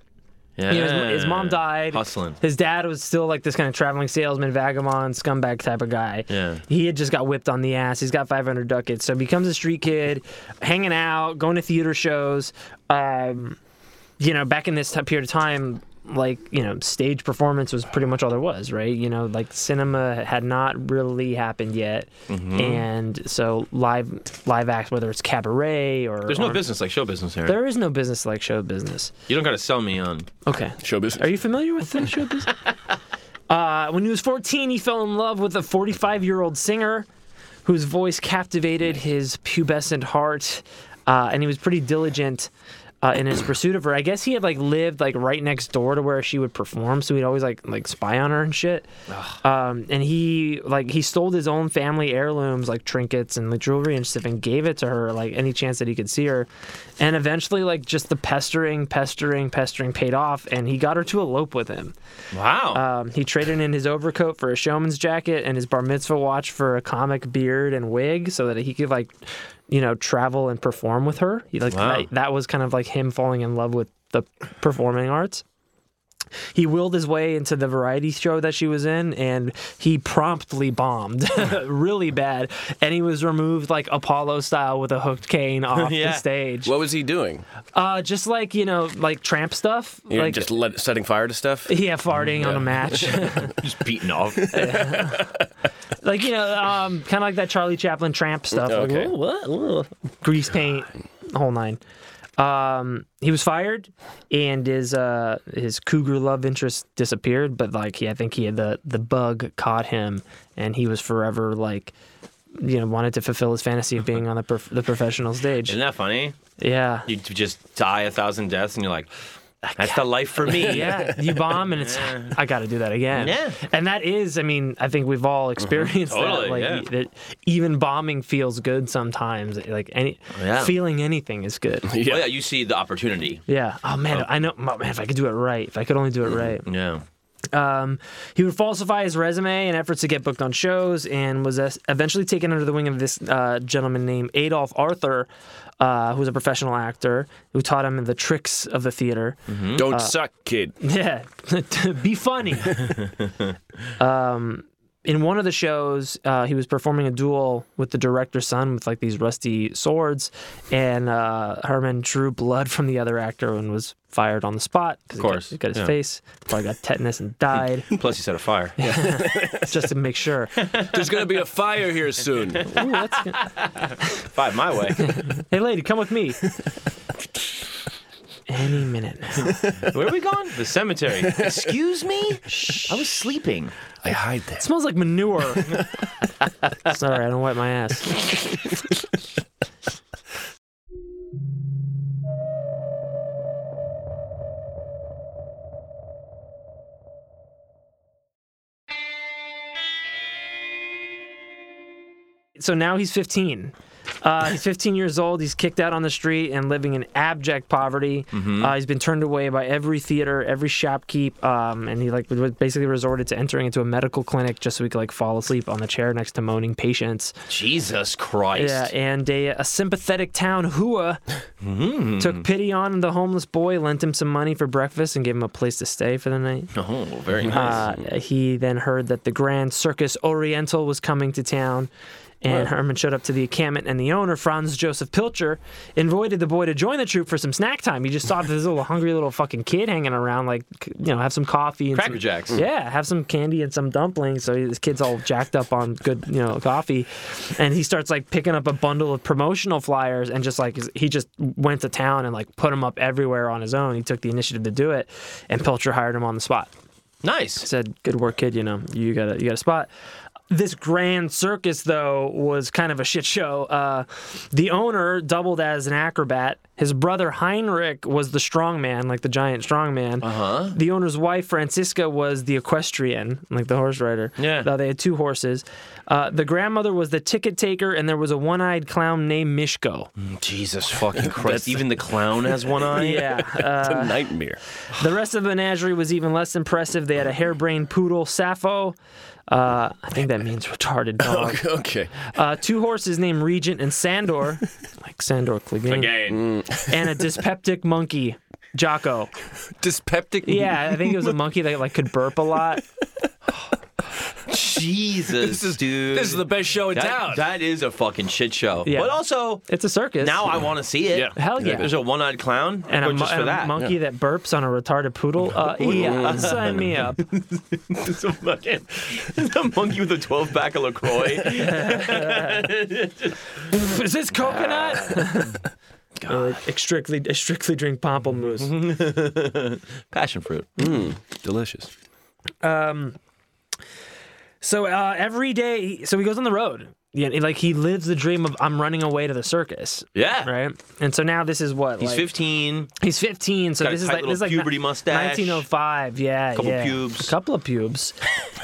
Speaker 3: Yeah.
Speaker 4: You know, his, his mom died.
Speaker 3: Hustling.
Speaker 4: His dad was still like this kind of traveling salesman, vagabond, scumbag type of guy.
Speaker 3: Yeah.
Speaker 4: He had just got whipped on the ass. He's got 500 ducats. So becomes a street kid, hanging out, going to theater shows. Um, you know, back in this ti- period of time, like, you know, stage performance was pretty much all there was, right? You know, like cinema had not really happened yet.
Speaker 3: Mm-hmm.
Speaker 4: And so live live acts, whether it's cabaret or.
Speaker 3: There's no
Speaker 4: or-
Speaker 3: business like show business here.
Speaker 4: There is no business like show business.
Speaker 3: you don't got to sell me on.
Speaker 4: Okay.
Speaker 6: Show business.
Speaker 4: Are you familiar with the show business? Uh, when he was 14, he fell in love with a 45 year old singer whose voice captivated his pubescent heart, uh, and he was pretty diligent. Uh, in his pursuit of her, I guess he had like lived like right next door to where she would perform, so he'd always like like spy on her and shit. Um, and he like he stole his own family heirlooms, like trinkets and like jewelry and stuff, and gave it to her like any chance that he could see her. And eventually, like just the pestering, pestering, pestering paid off, and he got her to elope with him.
Speaker 3: Wow.
Speaker 4: Um, he traded in his overcoat for a showman's jacket and his bar mitzvah watch for a comic beard and wig, so that he could like, you know, travel and perform with her. He like
Speaker 3: Wow.
Speaker 4: that, that was kind of like him falling in love with the performing arts. he willed his way into the variety show that she was in, and he promptly bombed really bad. And he was removed like Apollo style with a hooked cane off
Speaker 3: Yeah.
Speaker 4: the stage.
Speaker 6: What was he doing?
Speaker 4: Uh, just like you know, like tramp stuff,
Speaker 6: You're
Speaker 4: like
Speaker 6: just let, setting fire to stuff?
Speaker 4: yeah, farting on a match.
Speaker 3: Uh, Just beaten off.
Speaker 4: like you know, um, kind of like that Charlie Chaplin tramp stuff. Like,
Speaker 6: Okay.
Speaker 4: "Ooh, what? Ooh." Grease paint, the whole nine. Um, he was fired, and his uh, his cougar love interest disappeared. But like, he, I think he had the the bug caught him, and he was forever like, you know, wanted to fulfill his fantasy of being on the prof- the professional stage.
Speaker 3: Isn't that funny?
Speaker 4: Yeah,
Speaker 3: You just die a thousand deaths, and you're like, that's the life for me.
Speaker 4: yeah, you bomb and it's I got to do that again.
Speaker 3: Yeah. Mm-hmm.
Speaker 4: and that is, I mean, I think we've all experienced
Speaker 3: Totally,
Speaker 4: that. Like
Speaker 3: yeah.
Speaker 4: that even bombing feels good sometimes. Like any
Speaker 3: Yeah.
Speaker 4: feeling anything is good.
Speaker 3: Oh, Yeah. yeah, you see the opportunity.
Speaker 4: Yeah. Oh man, I know. oh, Man, if I could do it right, if I could only do
Speaker 3: Mm-hmm.
Speaker 4: it right.
Speaker 3: Yeah.
Speaker 4: Um, he would falsify his resume in efforts to get booked on shows, and was es- eventually taken under the wing of this uh, gentleman named Adolf Arthur, uh, who was a professional actor who taught him the tricks of the theater.
Speaker 3: Mm-hmm.
Speaker 6: Don't
Speaker 3: uh,
Speaker 6: suck, kid.
Speaker 4: Yeah, be funny. um, in one of the shows, uh, he was performing a duel with the director's son with like these rusty swords, and uh, Herman drew blood from the other actor and was fired on the spot because
Speaker 3: course,
Speaker 4: he got, he got his
Speaker 3: yeah.
Speaker 4: face. Probably got tetanus and died
Speaker 3: Plus, you set a fire.
Speaker 4: just to make sure. Ooh,
Speaker 6: There's going to be a fire here soon.
Speaker 4: that's good.
Speaker 3: Five my way.
Speaker 4: Hey, lady, come with me. Any minute. now.
Speaker 3: Where are we going? The cemetery. Excuse me? I was sleeping.
Speaker 6: I hide that.
Speaker 4: smells like manure. Sorry, I don't wipe my ass. so now he's 15. Uh, he's 15 years old. He's kicked out on the street and living in abject poverty. Uh, he's been turned away by every theater, every shopkeep, um, and he like was basically resorted to entering into a medical clinic just so he could like fall asleep on the chair next to moaning patients.
Speaker 3: Jesus Christ.
Speaker 4: Yeah, and a, a sympathetic town hua took pity on the homeless boy, lent him some money for breakfast, and gave him a place to stay for the night.
Speaker 3: Oh, very nice.
Speaker 4: Uh, he then heard that the Grand Circus Oriental was coming to town, and Herman showed up to the encampment. And the owner, Franz Joseph Pilcher, invited the boy to join the troop for some snack time. He just saw this little hungry little fucking kid hanging around, like c- you know, have some coffee and
Speaker 3: Cracker
Speaker 4: some-
Speaker 3: Jacks.
Speaker 4: Yeah, have some candy and some dumplings. So this kid's all jacked up on good, you know, coffee, and he starts like picking up a bundle of promotional flyers and just like he just went to town and like put them up everywhere on his own. He took the initiative to do it, and Pilcher hired him on the spot
Speaker 3: nice.
Speaker 4: said, "Good work, kid. You know, you got a you got a spot." This grand circus, though, was kind of a shit show. Uh, the owner doubled as an acrobat. His brother Heinrich was the strongman, like the giant strongman. Uh-huh. The owner's wife Francisca was the equestrian, like the horse rider.
Speaker 3: Yeah.
Speaker 4: Uh, they had two horses. Uh, the grandmother was the ticket taker, and there was a one-eyed clown named Mishko.
Speaker 3: Jesus fucking Christ. Even the clown has one eye.
Speaker 4: Yeah. Uh,
Speaker 6: It's a nightmare.
Speaker 4: the rest of the menagerie was even less impressive. They had a harebrained poodle, Sappho. Uh, I think that means retarded dog.
Speaker 6: Okay.
Speaker 4: Uh, two horses named Regent and Sandor, like Sandor Clegane,
Speaker 3: Again.
Speaker 6: Mm.
Speaker 4: and a dyspeptic monkey, Jocko.
Speaker 6: Dyspeptic.
Speaker 4: Yeah, I think it was a monkey that like could burp a lot.
Speaker 3: Jesus,
Speaker 6: This is,
Speaker 3: dude.
Speaker 6: this is the best show in town.
Speaker 3: that, that is a fucking shit show.
Speaker 4: Yeah.
Speaker 3: But also,
Speaker 4: It's a circus.
Speaker 3: now I want to see it.
Speaker 6: Yeah.
Speaker 4: Hell yeah.
Speaker 3: There's a one-eyed clown.
Speaker 4: and
Speaker 3: Go
Speaker 4: a, mo-
Speaker 3: just for
Speaker 4: and a
Speaker 3: that.
Speaker 4: monkey that burps on a retarded poodle. Uh, yeah, sign me up.
Speaker 3: It's a fucking it's a monkey with a 12 pack of LaCroix.
Speaker 4: Is this coconut? God. I strictly, I strictly drink pamplemousse.
Speaker 3: Passion fruit.
Speaker 6: Delicious.
Speaker 4: So uh, every day, so he goes on the road. Yeah, and, like he lives the dream of I'm running away to the circus,
Speaker 3: Yeah.
Speaker 4: right? And so now this is what
Speaker 3: He's
Speaker 4: like,
Speaker 3: 15.
Speaker 4: He's 15, so
Speaker 3: Got a
Speaker 4: this is
Speaker 3: tight
Speaker 4: like this
Speaker 3: little
Speaker 4: is like
Speaker 3: puberty
Speaker 4: ni-
Speaker 3: mustache.
Speaker 4: 1905. Yeah,
Speaker 3: Couple
Speaker 4: yeah.
Speaker 3: pubes.
Speaker 4: a couple of pubes.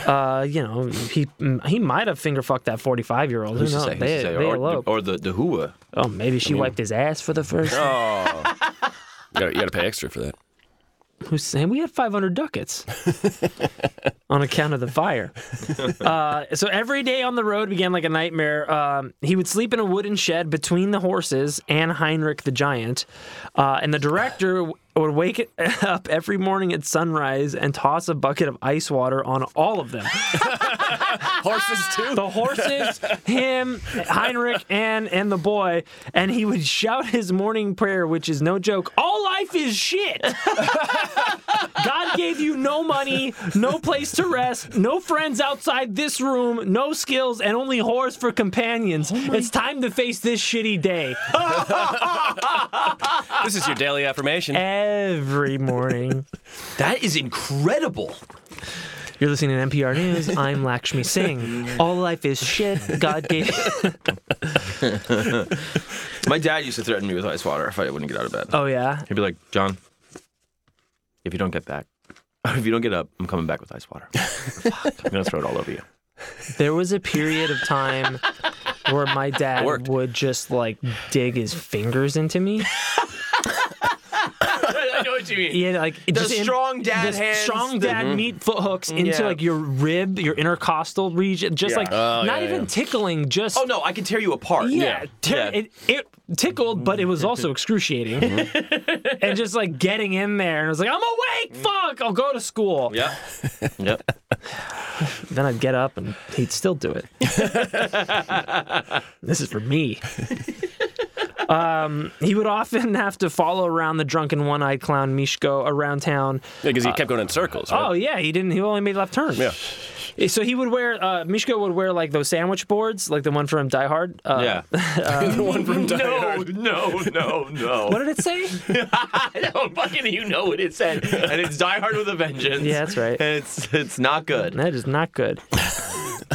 Speaker 4: uh, you know, he mm, he might have finger fucked that 45 year old. Who
Speaker 3: Who's to
Speaker 4: knows?
Speaker 3: say? Who's
Speaker 4: They,
Speaker 3: to say?
Speaker 4: they
Speaker 3: or,
Speaker 4: eloped.
Speaker 3: the, or the the hua.
Speaker 4: oh, maybe she wiped his ass for the first.
Speaker 6: You gotta, you gotta pay extra for that.
Speaker 4: Who's saying we had 500 ducats on account of the fire? Uh, so every day on the road began like a nightmare. Um, he would sleep in a wooden shed between the horses and Heinrich the giant, uh, and the director. would wake up every morning at sunrise and toss a bucket of ice water on all of them.
Speaker 6: Horses too.
Speaker 4: the horses, him, Heinrich, and and the boy, and he would shout his morning prayer, which is no joke. All life is shit. God gave you no money, no place to rest, no friends outside this room, no skills, and only whores for companions. it's time to face this shitty day.
Speaker 6: This is your daily affirmation.
Speaker 4: Every morning.
Speaker 3: That is incredible.
Speaker 4: You're listening to NPR News. I'm Lakshmi Singh. All life is shit. God gave.
Speaker 3: My dad used to threaten me with ice water if I wouldn't get out of bed.
Speaker 4: Oh, yeah.
Speaker 3: He'd be like, John, if you don't get back, if you don't get up, I'm coming back with ice water. I'm gonna throw it all over you.
Speaker 4: There was a period of time where my dad
Speaker 6: worked.
Speaker 4: would just like dig his fingers into me.
Speaker 3: I know what you mean.
Speaker 4: Yeah, like the just in-
Speaker 3: strong dad
Speaker 4: the
Speaker 3: hands.
Speaker 4: strong dad
Speaker 6: Mm-hmm.
Speaker 4: meat foot hooks into
Speaker 3: Yeah.
Speaker 4: like your rib, your intercostal region. Just
Speaker 3: Yeah.
Speaker 4: like
Speaker 6: Oh,
Speaker 4: not
Speaker 6: yeah,
Speaker 4: even
Speaker 6: yeah.
Speaker 4: tickling. Just
Speaker 3: Oh no, I can tear you apart.
Speaker 4: yeah, ter-
Speaker 3: Yeah.
Speaker 4: It, it tickled, but it was also excruciating.
Speaker 6: Mm-hmm.
Speaker 4: and just like getting in there, and I was like, I'm awake. Fuck, I'll go to school.
Speaker 3: Yeah. yep.
Speaker 4: Then I'd get up, and he'd still do it. this is for me. Um, he would often have to follow around the drunken one-eyed clown Mishko around town.
Speaker 6: Because he kept going in circles. Right?
Speaker 4: Oh yeah, he didn't. He only made left turns.
Speaker 6: Yeah.
Speaker 4: So he would wear uh, Mishko would wear like those sandwich boards, like the one from Die Hard. Uh,
Speaker 3: Yeah.
Speaker 6: the one from Die Hard.
Speaker 3: no, no, no.
Speaker 4: What did it say?
Speaker 3: I know, fucking, you know what it said, and it's Die Hard with a Vengeance.
Speaker 4: Yeah, that's right.
Speaker 3: And it's it's not good.
Speaker 4: that is not good.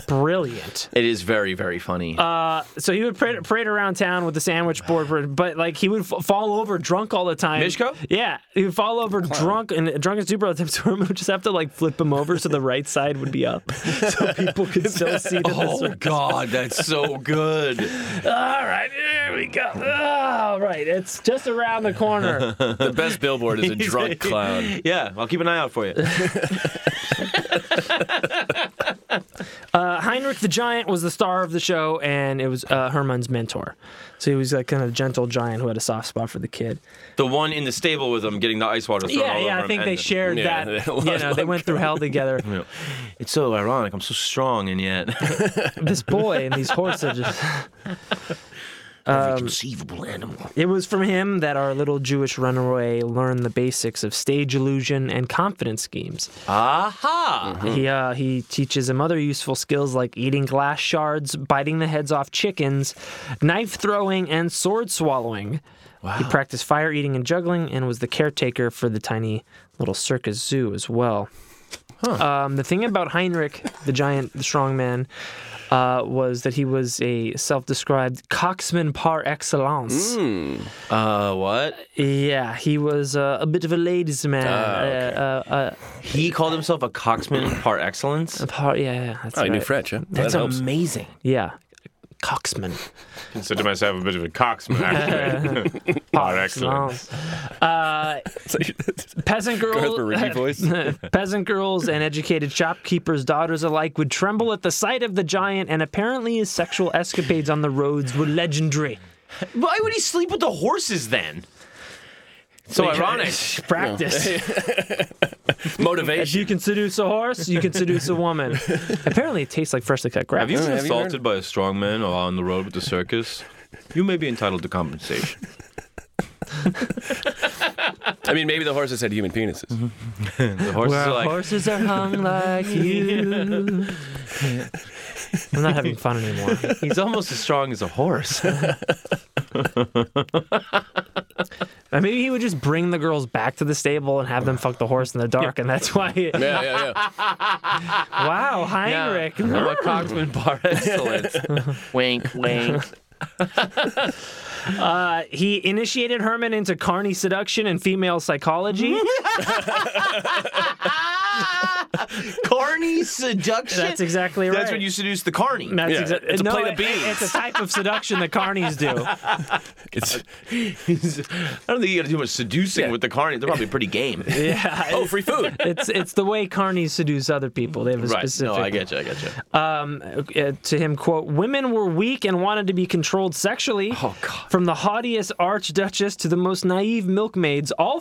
Speaker 4: Brilliant.
Speaker 3: It is very very funny.
Speaker 4: Uh, So he would parade, parade around town with the sandwich board, but- but like he would f- fall over drunk all the time.
Speaker 3: Mishko?
Speaker 4: Yeah, he would fall over drunk and drunk and super all the time. So Herman would just have to like flip him over so the right side would be up, so people could still see that.
Speaker 3: oh God, that's so good.
Speaker 4: All right, there we go. All right, it's just around the corner.
Speaker 6: oh, The best billboard is a drunk clown.
Speaker 3: Yeah, I'll keep an eye out for you.
Speaker 4: Uh, Heinrich the Giant was the star of the show, and it was uh, Herman's mentor. So he was like kind of a gentle giant who had a soft spot for the kid.
Speaker 3: The one in the stable with him getting the ice water thrown
Speaker 4: yeah,
Speaker 3: all over
Speaker 4: yeah, I
Speaker 3: him
Speaker 4: think
Speaker 3: and-
Speaker 4: they shared
Speaker 6: yeah,
Speaker 4: that.
Speaker 6: they
Speaker 4: You know, they went through hell together.
Speaker 3: You know, It's so ironic. I'm so strong, and yet
Speaker 4: this boy and these horses just.
Speaker 3: every conceivable animal.
Speaker 4: It was from him that our little Jewish runaway learned the basics of stage illusion and confidence schemes.
Speaker 3: Aha!
Speaker 4: He uh, he teaches him other useful skills like eating glass shards, biting the heads off chickens, knife throwing, and sword swallowing. He practiced fire eating and juggling, and was the caretaker for the tiny little circus zoo as well. Um, the thing about Heinrich, the giant, the strong man, uh, was that he was a self-described coxman par excellence.
Speaker 3: Uh, what?
Speaker 4: Yeah, he was uh, a bit of a ladies' man.
Speaker 6: Ah,
Speaker 4: uh, uh, uh,
Speaker 3: He called himself a coxman par excellence.
Speaker 4: par- yeah, yeah, that's
Speaker 6: Oh, you knew
Speaker 4: right.
Speaker 6: French, huh?
Speaker 3: That's
Speaker 6: that helps.
Speaker 3: amazing.
Speaker 4: Yeah. Coxman.
Speaker 5: Consider myself a bit of a coxman, actually.
Speaker 3: Ah,
Speaker 5: Par excellence.
Speaker 4: Uh, peasant
Speaker 6: Garth Marenghi
Speaker 4: girls,
Speaker 6: voice.
Speaker 4: peasant girls, and educated shopkeepers' daughters alike would tremble at the sight of the giant, and apparently his sexual escapades on the roads were legendary.
Speaker 3: Why would he sleep with the horses then? So ironic.
Speaker 4: Practice. If
Speaker 6: Motivation.
Speaker 4: you can seduce a horse, you can seduce a woman. Apparently, it tastes like freshly cut grass.
Speaker 3: Have you been
Speaker 6: have you heard-
Speaker 3: assaulted by a strongman or on the road with the circus? You may be entitled to compensation.
Speaker 6: I mean, maybe the horses had human penises.
Speaker 3: The horses
Speaker 4: Where
Speaker 3: are like,
Speaker 4: horses are hung like you. I'm not having fun anymore.
Speaker 3: he's almost as strong as a horse.
Speaker 4: Or maybe he would just bring the girls back to the stable and have them fuck the horse in the dark, and that's why.
Speaker 6: Yeah, yeah, yeah.
Speaker 4: wow, Heinrich.
Speaker 3: I'm a coxman par excellence. wink, wink.
Speaker 4: Uh, he initiated Herman into carny seduction and female psychology.
Speaker 3: Carney seduction.
Speaker 4: That's exactly right.
Speaker 3: That's when you seduce the carney.
Speaker 4: That's
Speaker 6: Yeah,
Speaker 4: exactly.
Speaker 6: it's a
Speaker 4: no,
Speaker 6: plate of
Speaker 4: it-
Speaker 6: beans.
Speaker 4: It's a type of seduction that carnies do.
Speaker 6: It's,
Speaker 3: I don't think you got to do much seducing with the carney. They're probably pretty game.
Speaker 4: Yeah,
Speaker 6: oh, free food.
Speaker 4: it's it's the way carnies seduce other people. They have a
Speaker 3: right.
Speaker 4: specific.
Speaker 3: No, I get you. I get you.
Speaker 4: uh, to him, quote, women were weak and wanted to be controlled sexually.
Speaker 3: Oh, God.
Speaker 4: From the haughtiest archduchess to the most naive milkmaids, all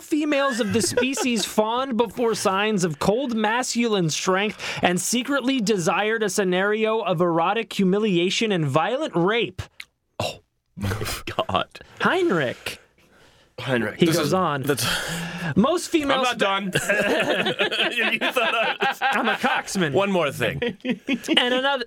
Speaker 4: females of the species fawned before signs of cold masculine strength and secretly desired a scenario of erotic humiliation and violent rape.
Speaker 3: Oh, God.
Speaker 4: Heinrich.
Speaker 3: Heinrich.
Speaker 4: He goes on. Most
Speaker 5: I'm
Speaker 4: females.
Speaker 5: not done.
Speaker 6: You thought I-
Speaker 4: I'm a coxman.
Speaker 6: One more thing.
Speaker 4: and another.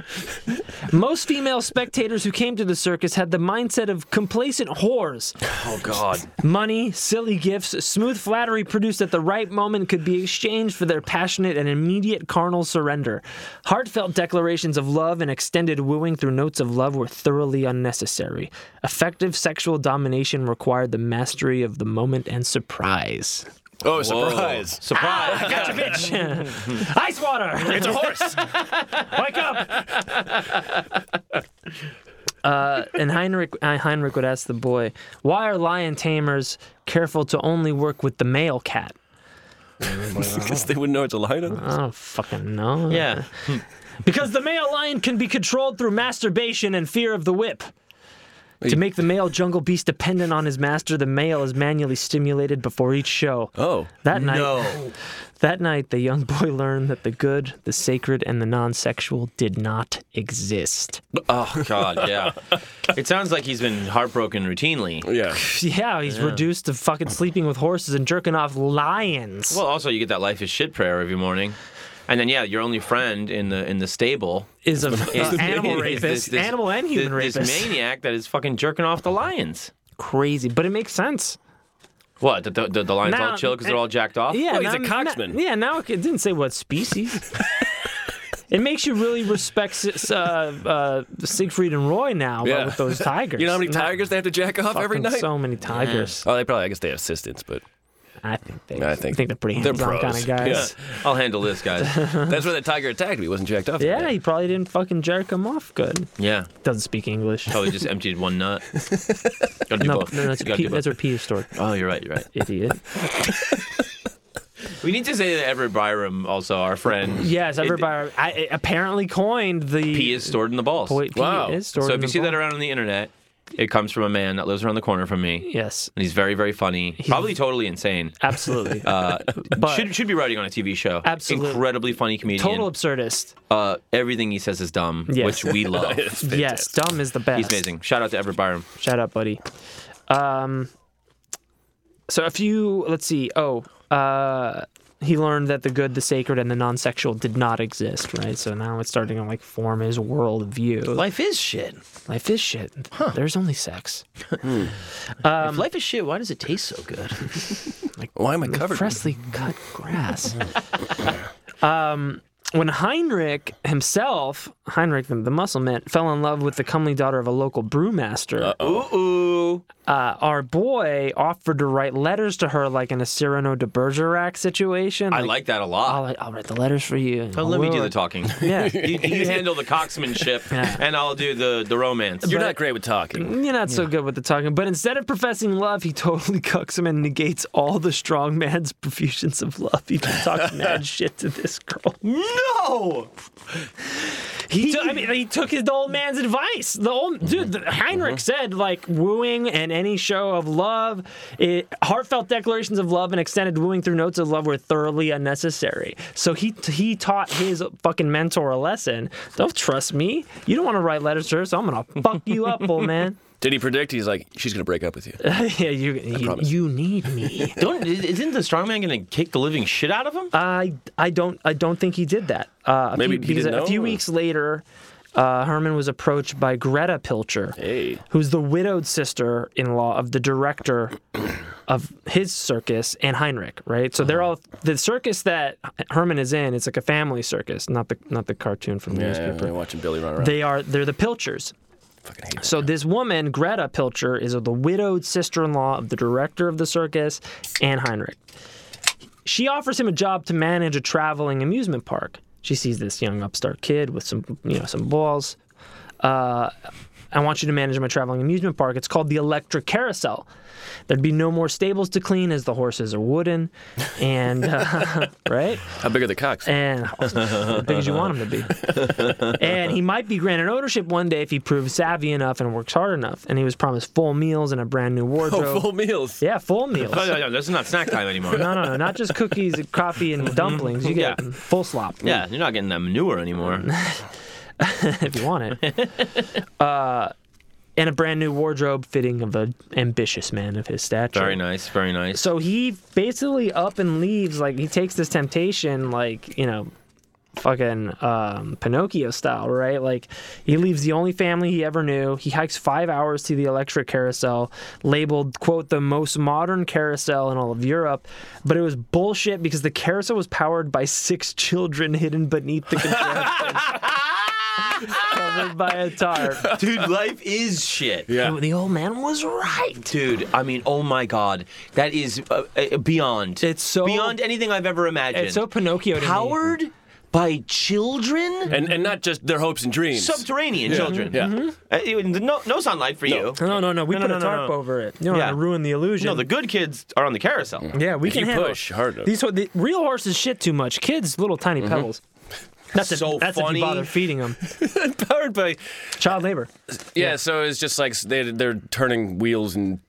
Speaker 4: Most female spectators who came to the circus had the mindset of complacent whores.
Speaker 3: oh, God.
Speaker 4: Money, silly gifts, smooth flattery produced at the right moment could be exchanged for their passionate and immediate carnal surrender. Heartfelt declarations of love and extended wooing through notes of love were thoroughly unnecessary. Effective sexual domination required the mastery of the moment and surprise.
Speaker 6: Oh, surprise.
Speaker 3: Surprise.
Speaker 4: Ice water!
Speaker 6: It's a horse.
Speaker 4: Wake up! uh, and Heinrich, uh, Heinrich would ask the boy, Why are lion tamers careful to only work with the male cat?
Speaker 6: Because they wouldn't know it's a lion. on
Speaker 4: I don't fucking know.
Speaker 3: Yeah.
Speaker 4: Because the male lion can be controlled through masturbation and fear of the whip. To make the male jungle beast dependent on his master, the male is manually stimulated before each show.
Speaker 6: Oh.
Speaker 4: That night,
Speaker 6: No.
Speaker 4: that night, the young boy learned that the good, the sacred, and the non-sexual did not exist.
Speaker 3: Oh, God. Yeah. It sounds like he's been heartbroken routinely.
Speaker 6: Yeah.
Speaker 4: Yeah, he's reduced to fucking sleeping with horses and jerking off lions.
Speaker 3: Well, also you get that life is shit prayer every morning, and then yeah, your only friend in the in the stable
Speaker 4: is a
Speaker 3: is
Speaker 4: uh, animal
Speaker 3: is
Speaker 4: rapist,
Speaker 3: this- this-
Speaker 4: animal and human
Speaker 3: this,
Speaker 4: rapist.
Speaker 3: This maniac that is fucking jerking off the lions.
Speaker 4: Crazy, but it makes sense.
Speaker 3: What? The, the, the lions
Speaker 4: Now-
Speaker 3: all chill because they're all jacked off.
Speaker 4: eh, Yeah,
Speaker 6: Oh,
Speaker 4: now-
Speaker 6: he's a cocksman.
Speaker 4: now- yeah, now it didn't say what species. it makes you really respect S- uh, uh, Siegfried and Roy now uh,
Speaker 6: Yeah.
Speaker 4: with those tigers.
Speaker 6: You know how many
Speaker 4: Not
Speaker 6: tigers they have to jack off every
Speaker 4: fucking
Speaker 6: night?
Speaker 4: So many tigers.
Speaker 6: Oh, they probably. I guess they have assistants, but
Speaker 4: I think they.
Speaker 6: I
Speaker 4: I
Speaker 6: think-
Speaker 4: think, they're pretty
Speaker 6: they're
Speaker 4: hands-on kind
Speaker 6: pros.
Speaker 4: of guys.
Speaker 3: I'll handle this, guys.
Speaker 6: that's where that tiger attacked me. It wasn't jacked off.
Speaker 4: Yeah. he probably didn't fucking jerk him off good.
Speaker 3: yeah,
Speaker 4: Doesn't speak English.
Speaker 3: probably just emptied one nut. Gotta do
Speaker 4: No,
Speaker 3: both.
Speaker 4: no, that's,
Speaker 3: Gotta
Speaker 4: a
Speaker 3: do
Speaker 4: P, that's
Speaker 3: both.
Speaker 4: where P is stored.
Speaker 3: Oh, you're right. You're right.
Speaker 4: Idiot.
Speaker 3: We need to say that Everett Byram, also our friend,
Speaker 4: Yes,
Speaker 3: It-
Speaker 4: everybody I, I apparently coined the
Speaker 3: P is stored in the balls.
Speaker 4: Boy, P
Speaker 6: Wow.
Speaker 4: is stored.
Speaker 3: so if
Speaker 4: in
Speaker 3: you
Speaker 4: the
Speaker 3: see that
Speaker 4: ball.
Speaker 3: around on the internet, it comes from a man that lives around the corner from me,
Speaker 4: yes,
Speaker 3: and he's very, very funny. Probably totally insane.
Speaker 4: absolutely,
Speaker 3: Uh,
Speaker 4: But-
Speaker 3: should should be writing on a TV show.
Speaker 4: Absolutely.
Speaker 3: incredibly funny comedian.
Speaker 4: total absurdist.
Speaker 3: Uh, everything he says is dumb,
Speaker 4: Yes.
Speaker 3: which we love.
Speaker 4: Yes, dumb is the best.
Speaker 3: He's amazing. Shout out to Everett Byram.
Speaker 4: Shout out, buddy. Um, so a few. Let's see. Oh, uh, he learned that the good, the sacred, and the non-sexual did not exist. Right. So now it's starting to like form his worldview. Life,
Speaker 3: Life is shit.
Speaker 4: life is shit. There's only sex.
Speaker 3: if life is shit, why does it taste so good?
Speaker 6: Why am I covered?
Speaker 4: freshly cut grass. um, when Heinrich himself, Heinrich the, the muscle man, fell in love with the comely daughter of a local brewmaster, uh,
Speaker 3: Ooh.
Speaker 4: our boy offered to write letters to her like in a Cyrano de Bergerac situation.
Speaker 3: I like that a lot.
Speaker 4: I'll, I'll write the letters for you. and
Speaker 3: Don't Oh, let me do
Speaker 4: we'll-
Speaker 3: the talking.
Speaker 4: Yeah.
Speaker 3: you, you handle the coxmanship, and I'll do the, the romance.
Speaker 6: You're not great with talking.
Speaker 4: You're not so good with the talking, but instead of professing love, he totally cucks him and negates all the strong man's profusions of love. He just talks mad shit to this girl.
Speaker 3: no!
Speaker 4: He, took, I mean, he took his the old man's advice. The old dude, the, Heinrich said, like wooing and any show of love, it, heartfelt declarations of love and extended wooing through notes of love were thoroughly unnecessary. So he he taught his fucking mentor a lesson. Don't trust me. You don't want to write letters to her, so I'm gonna fuck you up, old man.
Speaker 6: Did he predict? He's like, she's gonna break up with you.
Speaker 4: yeah, you you,
Speaker 6: promise.
Speaker 4: you need me.
Speaker 3: Don't, isn't the strongman going to kick the living shit out of him?
Speaker 4: I I don't I don't think he did that. Uh, a
Speaker 6: Maybe
Speaker 4: few,
Speaker 6: he
Speaker 4: because
Speaker 6: didn't
Speaker 4: a,
Speaker 6: know,
Speaker 4: few
Speaker 6: or-
Speaker 4: weeks later, uh, Herman was approached by Greta Pilcher,
Speaker 6: Hey.
Speaker 4: who's the widowed sister-in-law of the director of his circus and Heinrich. Right, so they're
Speaker 6: Uh-huh.
Speaker 4: all the circus that Herman is in. It's like a family circus, not the not the cartoon from the
Speaker 6: Yeah,
Speaker 4: newspaper.
Speaker 6: I'm watching Billy run around.
Speaker 4: They are they're the Pilchers.
Speaker 6: fucking hate
Speaker 4: So this woman, Greta Pilcher, is the widowed sister-in-law of the director of the circus, Anne Heinrich. She offers him a job to manage a traveling amusement park. She sees this young upstart kid with some, you know, some balls. Uh, I want you to manage my traveling amusement park. It's called the Electric Carousel. There'd be no more stables to clean as the horses are wooden, and uh, right.
Speaker 6: How big are the cocks?
Speaker 4: And also, as big as you want him to be. And he might be granted ownership one day if he proves savvy enough and works hard enough. And he was promised full meals and a brand new wardrobe.
Speaker 6: Oh, full meals.
Speaker 4: Yeah, full meals.
Speaker 3: No, no, no, Oh, this is not snack time anymore.
Speaker 4: No, no, no, not just cookies, and coffee, and dumplings. You get
Speaker 3: Yeah.
Speaker 4: full slop
Speaker 3: Yeah, you're not getting that manure anymore.
Speaker 4: if you want it. Uh, and a brand new wardrobe fitting of an ambitious man of his stature.
Speaker 3: Very nice, very nice.
Speaker 4: So he basically up and leaves. Like he takes this temptation, like you know, fucking um, Pinocchio style, right? Like he leaves the only family he ever knew. He hikes five hours to the electric carousel, labeled quote the most modern carousel in all of Europe, but it was bullshit because the carousel was powered by six children hidden beneath the contraption. Covered by a tarp.
Speaker 3: Dude, life is shit.
Speaker 6: Yeah.
Speaker 4: The old man was right.
Speaker 3: Dude, I mean, oh my god, that is uh, uh, beyond.
Speaker 4: It's so-
Speaker 3: beyond anything I've ever imagined.
Speaker 4: It's so Pinocchio to me.
Speaker 3: powered by children,
Speaker 6: And, and not just their hopes and dreams.
Speaker 3: subterranean children.
Speaker 6: Yeah.
Speaker 3: Uh, it- no, no sunlight for you.
Speaker 4: No, no, no. We
Speaker 3: No, no,
Speaker 4: put
Speaker 3: no, no,
Speaker 4: a tarp
Speaker 3: no.
Speaker 4: over it. You don't
Speaker 3: Yeah.
Speaker 4: want to ruin the illusion.
Speaker 3: No, the good kids are on the carousel.
Speaker 4: yeah, we
Speaker 6: If
Speaker 4: can
Speaker 6: you
Speaker 4: handle it.
Speaker 6: push hard enough.
Speaker 4: These ho- the real horses shit too much. Kids, little tiny
Speaker 3: Mm-hmm.
Speaker 4: pebbles. That's if-
Speaker 3: So
Speaker 4: that's if
Speaker 3: funny.
Speaker 4: you bother feeding them.
Speaker 6: Powered by.
Speaker 4: Child labor.
Speaker 6: Yeah, so it's just like they, they're turning wheels and.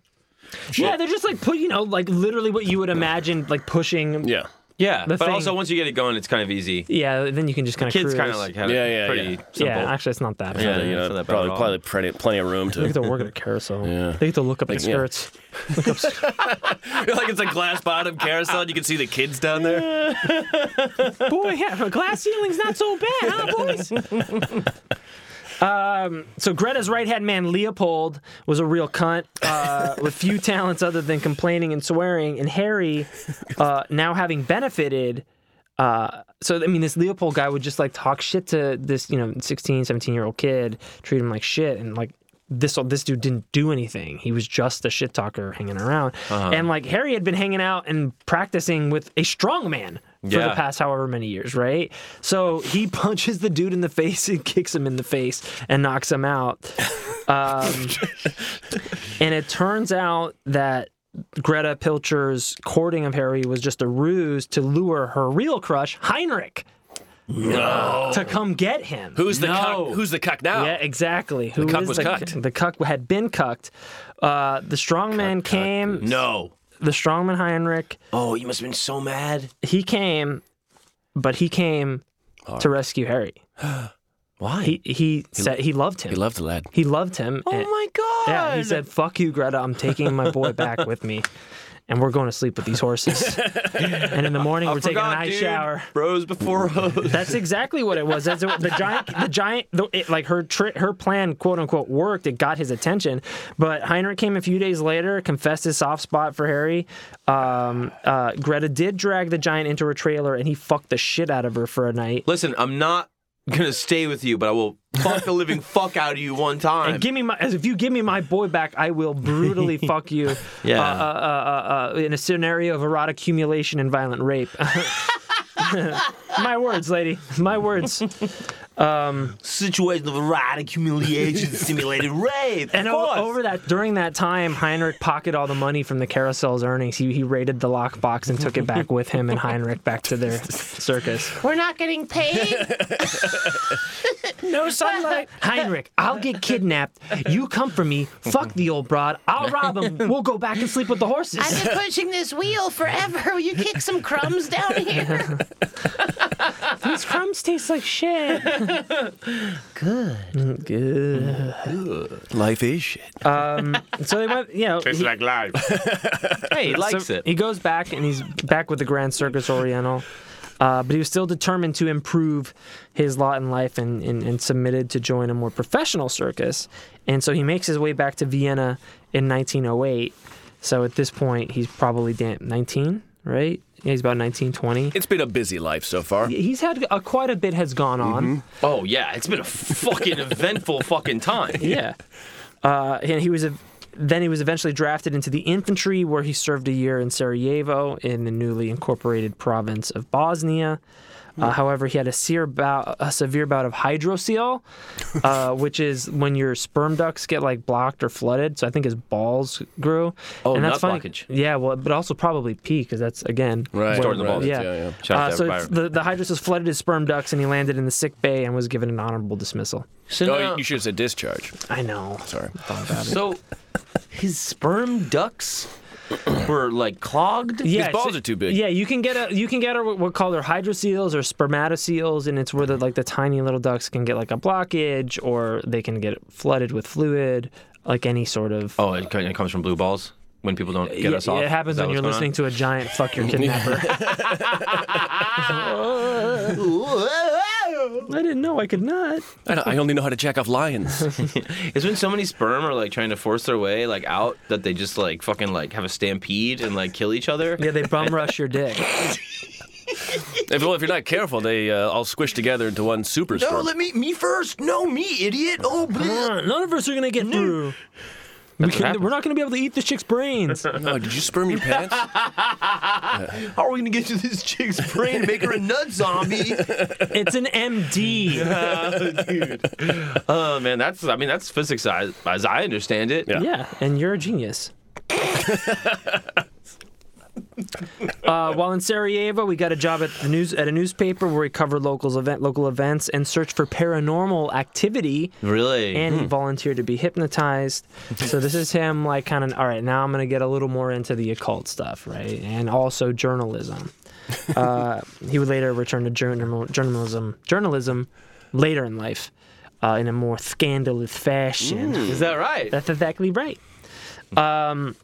Speaker 4: Yeah, they're just like put, you know, like literally what you would imagine, like pushing.
Speaker 6: Yeah.
Speaker 3: Yeah,
Speaker 4: The
Speaker 3: but
Speaker 4: thing-
Speaker 3: also once you get it going, it's kind of easy.
Speaker 4: Yeah, then you can just kind of
Speaker 3: Kids kind of like have
Speaker 6: Yeah,
Speaker 3: it
Speaker 6: yeah,
Speaker 3: pretty
Speaker 6: yeah.
Speaker 3: simple.
Speaker 4: Yeah, actually, it's not that. bad.
Speaker 3: Yeah,
Speaker 6: you
Speaker 3: yeah,
Speaker 6: know,
Speaker 3: it's not that bad
Speaker 6: probably,
Speaker 3: at all.
Speaker 6: probably plenty, plenty of room
Speaker 4: They
Speaker 6: to.
Speaker 4: get to work at a carousel. They get to look up at
Speaker 6: yeah.
Speaker 4: skirts.
Speaker 6: like it's a glass bottom carousel and you can see the kids down there.
Speaker 4: boy, yeah, glass ceiling's not so bad, huh, boys? um, so Greta's right-hand man Leopold was a real cunt uh, with few talents other than complaining and swearing. And Harry, uh, now having benefited, uh, so I mean, this Leopold guy would just like talk shit to this, you know, 16, 17 year old kid, treat him like shit, and like. This this dude didn't do anything. He was just a shit talker hanging around, and like Harry had been hanging out and practicing with a strong man for the
Speaker 3: Yeah.
Speaker 4: past however many years, right? So he punches the dude in the face and kicks him in the face and knocks him out. Um, and it turns out that Greta Pilcher's courting of Harry was just a ruse to lure her real crush, Heinrich, no. to come get him.
Speaker 6: Who's the
Speaker 3: No.
Speaker 6: cuck? Who's the cuck now?
Speaker 4: Yeah, exactly. Who
Speaker 6: cuck
Speaker 4: is
Speaker 6: was
Speaker 4: the,
Speaker 6: cucked.
Speaker 4: the cuck had been cucked. Uh, the strong man came.
Speaker 3: No.
Speaker 4: The strong man Heinrich.
Speaker 3: Oh, you must have been so mad.
Speaker 4: He came, but he came to rescue Harry.
Speaker 6: Why?
Speaker 4: He he said he loved him.
Speaker 6: He loved the lad.
Speaker 4: He loved him.
Speaker 3: Oh
Speaker 4: and-
Speaker 3: my god.
Speaker 4: Yeah, he said, "Fuck you, Greta. I'm taking my boy back with me, and we're going to sleep with these horses. and in the morning, we're taking
Speaker 3: Forgot,
Speaker 4: an ice
Speaker 3: dude.
Speaker 4: shower."
Speaker 3: Bros before hoes.
Speaker 4: That's exactly what it was. That's what- the giant, the giant, the, it, like her tri- her plan, quote unquote, worked. It got his attention. But Heinrich came a few days later, confessed his soft spot for Harry. Um, uh, Greta did drag the giant into her trailer, and he fucked the shit out of her for a night.
Speaker 3: Listen, I'm not gonna stay with you, but I will fuck the living fuck out of you one time.
Speaker 4: And give me my as if you give me my boy back, I will brutally fuck you.
Speaker 3: Yeah.
Speaker 4: Uh, uh, uh, uh, in a scenario of erotic accumulation and violent rape. my words, lady. My words.
Speaker 3: Situation of erotic humiliation, simulated rape.
Speaker 4: And o- over that, during that time, Heinrich pocketed all the money from the carousel's earnings. He, he raided the lockbox and took it back with him and Heinrich back to their circus.
Speaker 1: We're not getting paid.
Speaker 4: No sunlight. Heinrich, I'll get kidnapped. You come for me. Fuck the old broad. I'll rob him. We'll go back and sleep with the horses.
Speaker 1: I've been pushing this wheel forever. Will you kick some crumbs down here?
Speaker 4: These crumbs taste like shit. Oh, Good. Good.
Speaker 6: Life is shit.
Speaker 4: Um, So they went, you know.
Speaker 5: It's
Speaker 4: he-
Speaker 5: like life.
Speaker 3: hey, he likes
Speaker 4: so
Speaker 3: it.
Speaker 4: He goes back and he's back with the Grand Circus Oriental. Uh, but he was still determined to improve his lot in life and, and, and submitted to join a more professional circus. And so he makes his way back to Vienna in 1908. So at this point, he's probably damn 19, right? Yeah, he's about 19, 20.
Speaker 6: It's been a busy life so far.
Speaker 4: He's had uh, quite a bit has gone on.
Speaker 3: Oh yeah, it's been a fucking eventful fucking time.
Speaker 4: Yeah. Uh, and he was a then he was eventually drafted into the infantry, where he served a year in Sarajevo in the newly incorporated province of Bosnia.
Speaker 3: Hmm.
Speaker 4: Uh, however, he had a severe bout, a severe bout of hydrocele, uh, which is when your sperm ducts get like blocked or flooded. So I think his balls grew.
Speaker 3: Oh,
Speaker 4: and
Speaker 3: nut
Speaker 4: that's funny.
Speaker 3: blockage.
Speaker 4: Yeah, well, but also probably pee because that's again
Speaker 6: Right.
Speaker 3: Stored in the
Speaker 6: right,
Speaker 3: balls.
Speaker 4: yeah.
Speaker 6: yeah.
Speaker 3: Shout out
Speaker 4: Uh,
Speaker 3: to
Speaker 4: so it's
Speaker 3: Byron.
Speaker 4: the the hydrus was flooded his sperm ducts, and he landed in the sick bay and was given an honorable dismissal.
Speaker 3: So,
Speaker 6: Oh,
Speaker 3: now-
Speaker 6: you should have said discharge.
Speaker 4: I know.
Speaker 6: Sorry.
Speaker 3: so his sperm ducts were like clogged.
Speaker 4: Yeah,
Speaker 6: His balls
Speaker 4: so-
Speaker 6: are too big.
Speaker 4: Yeah, you can get a you can get a, what we call their hydroceles or spermatoceles, and it's where
Speaker 3: Mm-hmm.
Speaker 4: the like the tiny little ducks can get like a blockage, or they can get flooded with fluid, like any sort of.
Speaker 3: Oh, it, it comes from blue balls when people don't get
Speaker 4: Yeah,
Speaker 3: us off.
Speaker 4: It happens
Speaker 3: Is that what's
Speaker 4: when you're
Speaker 3: going on?
Speaker 4: listening to a giant fuck your kidnapper. I didn't know I could not.
Speaker 6: I, don't- I only know how to jack off lions.
Speaker 3: It's when so many sperm are like trying to force their way like out that they just like fucking like have a stampede and like kill each other.
Speaker 4: Yeah, they bum rush your dick.
Speaker 6: if, well, if you're not careful, they uh, all squish together into one super
Speaker 3: No,
Speaker 6: sperm.
Speaker 3: let me me first. No, me idiot. Oh, bleh.
Speaker 4: None of us are gonna get through. We can,
Speaker 3: happens.
Speaker 4: we're not gonna be able to eat this chick's brains.
Speaker 6: No, Oh, did you sperm your pants?
Speaker 3: how are we gonna get to this chick's brain and make her a nut zombie?
Speaker 4: it's an MD.
Speaker 3: Oh man, that's I mean that's physics as, as I understand it.
Speaker 6: Yeah.
Speaker 4: Yeah, and you're a genius. uh, while in Sarajevo, we got a job at the news at a newspaper where we covered locals event local events and searched for paranormal activity.
Speaker 3: Really?
Speaker 4: And he volunteered to be hypnotized. so this is him, like, kind of. All right, now I'm gonna get a little more into the occult stuff, right? And also journalism. Uh, he would later return to journal- journalism. Journalism later in life, uh, in a more scandalous fashion.
Speaker 3: Is that right?
Speaker 4: That's exactly right. Um,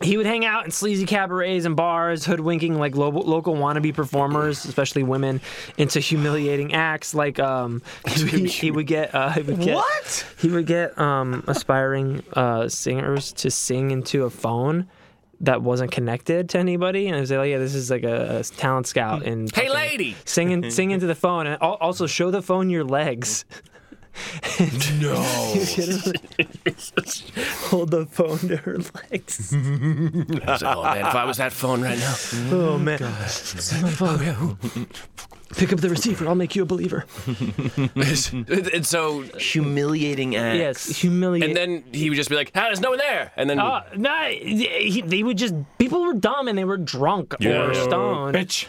Speaker 4: he would hang out in sleazy cabarets and bars, hoodwinking like lo- local wannabe performers, especially women, into humiliating acts. Like um, he, he would get, uh, he would get
Speaker 3: What?
Speaker 4: He would get um, aspiring uh, singers to sing into a phone. That wasn't connected to anybody, and I was like, "Yeah, this is like a, a talent scout." And
Speaker 6: Hey,
Speaker 4: fucking
Speaker 6: lady!
Speaker 4: sing in, sing into the phone, and al- also show the phone your legs.
Speaker 6: Oh,
Speaker 3: No.
Speaker 4: Hold the phone to her legs.
Speaker 6: I was like, oh man, if I was that phone right now.
Speaker 4: Oh
Speaker 6: Mm-hmm.
Speaker 4: man. Pick up the receiver. I'll make you a believer.
Speaker 6: and so,
Speaker 3: Humiliating act.
Speaker 4: Yes, humiliate.
Speaker 6: and then he would just be like, "How there's no one there," and then
Speaker 4: uh, no, he, they would just people were dumb and they were drunk or stoned. Bitch.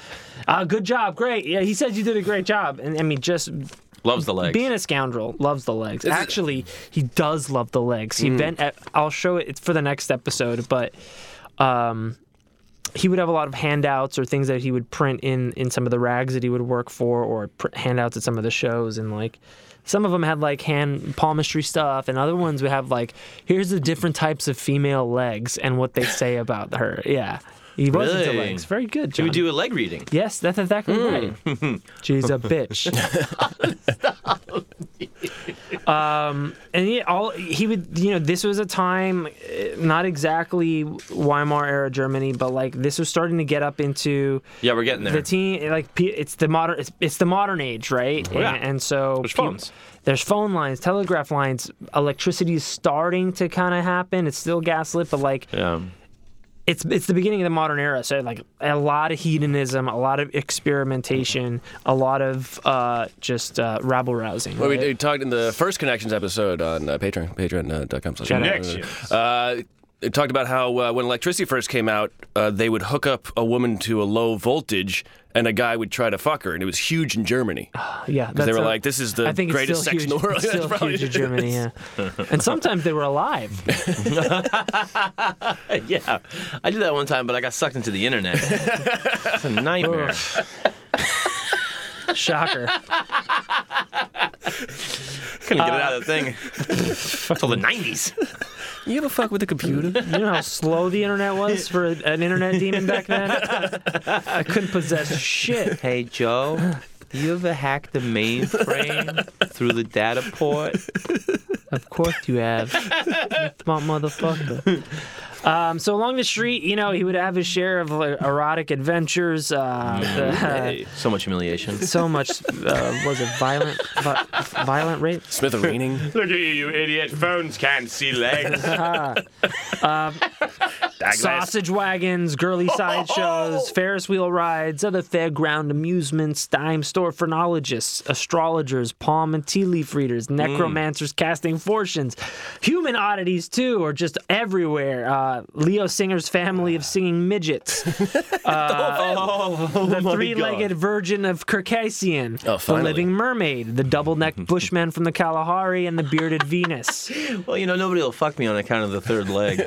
Speaker 4: Uh, good job, great. Yeah, he says you did a great job, and I mean, just
Speaker 3: Loves the legs.
Speaker 4: being a scoundrel loves the legs. Actually, he does love the legs.
Speaker 3: Hmm.
Speaker 4: He bent. At, I'll show it for the next episode, but um, he would have a lot of handouts or things that he would print in in some of the rags that he would work for, or pr- handouts at some of the shows, and like. Some of them had like hand palmistry stuff, and other ones would have like, here's the different types of female legs and what they say about her. Yeah, he was into
Speaker 3: Really?
Speaker 4: legs. Very good.
Speaker 3: we
Speaker 4: John.
Speaker 3: do a leg reading.
Speaker 4: Yes, that's exactly
Speaker 3: Hmm.
Speaker 4: right. She's a bitch. um, and he, all he would, you know, this was a time, eh, not exactly Weimar era Germany, but like this was starting to get up into
Speaker 3: Yeah, we're getting there.
Speaker 4: the teen, like pe- it's the modern, it's, it's the modern age, right?
Speaker 3: Oh, yeah.
Speaker 4: And, and so
Speaker 3: There's
Speaker 4: peop-
Speaker 3: phones.
Speaker 4: there's phone lines, telegraph lines, electricity is starting to kind of happen. It's still gaslit, but like
Speaker 3: yeah.
Speaker 4: it's it's the beginning of the modern era. So like a lot of hedonism, a lot of experimentation, a lot of uh, just uh, rabble rousing.
Speaker 6: Well, we,
Speaker 4: right?
Speaker 6: we talked in the first Connections episode on uh, Patreon, patreon.com. slash-
Speaker 5: Connections.
Speaker 6: Uh, it talked about how uh, when electricity first came out, uh, they would hook up a woman to a low voltage and a guy would try to fuck her. And it was huge in Germany.
Speaker 4: yeah,
Speaker 6: Because they
Speaker 4: Ah, that's
Speaker 6: were
Speaker 4: a-
Speaker 6: like, this is the
Speaker 4: I think
Speaker 6: greatest
Speaker 4: it's still
Speaker 6: sex
Speaker 4: huge.
Speaker 6: in the world.
Speaker 4: It's still
Speaker 6: That's probably-
Speaker 4: huge in Germany, yeah. and sometimes they were alive.
Speaker 3: Yeah. I did that one time, but I got sucked into the internet. it's a nightmare.
Speaker 4: Shocker.
Speaker 3: Couldn't get it out of the thing until the 90s.
Speaker 6: You ever fuck with a computer?
Speaker 4: You know how slow the internet was for an internet demon back then. I couldn't possess shit.
Speaker 3: Hey, Joe. Do you ever hack the mainframe through the data port?
Speaker 4: Of course you have. You smart motherfucker. Um, so along the street, you know, he would have his share of like, erotic adventures. Uh, the-
Speaker 3: So much humiliation.
Speaker 4: so much uh, was it violent, vi- violent rape?
Speaker 6: Smithereeny.
Speaker 5: Look at you, you idiot. Phones can't see legs. Douglas.
Speaker 4: Sausage wagons, girly
Speaker 6: Oh!
Speaker 4: sideshows, Ferris wheel rides, other fairground amusements, dime store phrenologists, astrologers, palm and tea leaf
Speaker 6: Hmm.
Speaker 4: readers, necromancers casting fortunes, human oddities too, are just everywhere. Uh, Leo Singer's family of singing midgets, Uh,
Speaker 3: Oh,
Speaker 4: the three-legged virgin of Circassian, the
Speaker 6: Oh, finally.
Speaker 4: living mermaid, the double-necked bushman from the Kalahari, and the bearded Venus.
Speaker 3: Well, you know, nobody will fuck me on account of the third leg.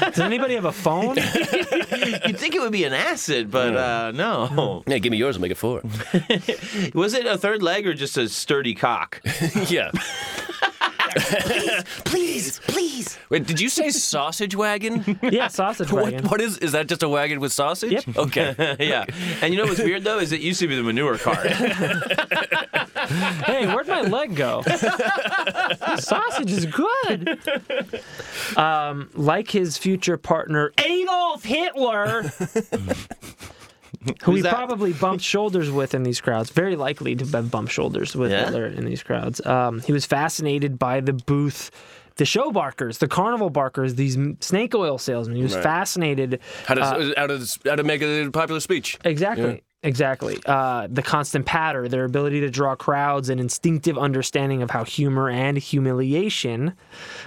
Speaker 4: Does anybody have a phone?
Speaker 3: You'd think it would be an acid, but uh, no.
Speaker 6: Yeah, give me yours. I'll make it four.
Speaker 3: Was it a third leg or just a sturdy cock?
Speaker 6: yeah.
Speaker 1: Please, please.
Speaker 6: Wait, did you say sausage wagon?
Speaker 4: yeah, sausage wagon.
Speaker 6: what, what is? Is that just a wagon with sausage?
Speaker 4: Yep.
Speaker 6: Okay.
Speaker 3: yeah. And you know what's weird though is it used to be the manure cart.
Speaker 4: hey, where'd my leg go? Sausage is good. Um, like his future partner Adolf Hitler, who he
Speaker 3: that?
Speaker 4: probably bumped shoulders with in these crowds. Very likely to have bumped shoulders with
Speaker 3: Yeah?
Speaker 4: Hitler in these crowds. Um, he was fascinated by the booth. The show barkers, the carnival barkers, these m- snake oil salesmen. He was fascinated
Speaker 6: How does uh, how does how to make a popular speech?
Speaker 4: Exactly. Exactly. Uh, the constant patter, their ability to draw crowds, and instinctive understanding of how humor and humiliation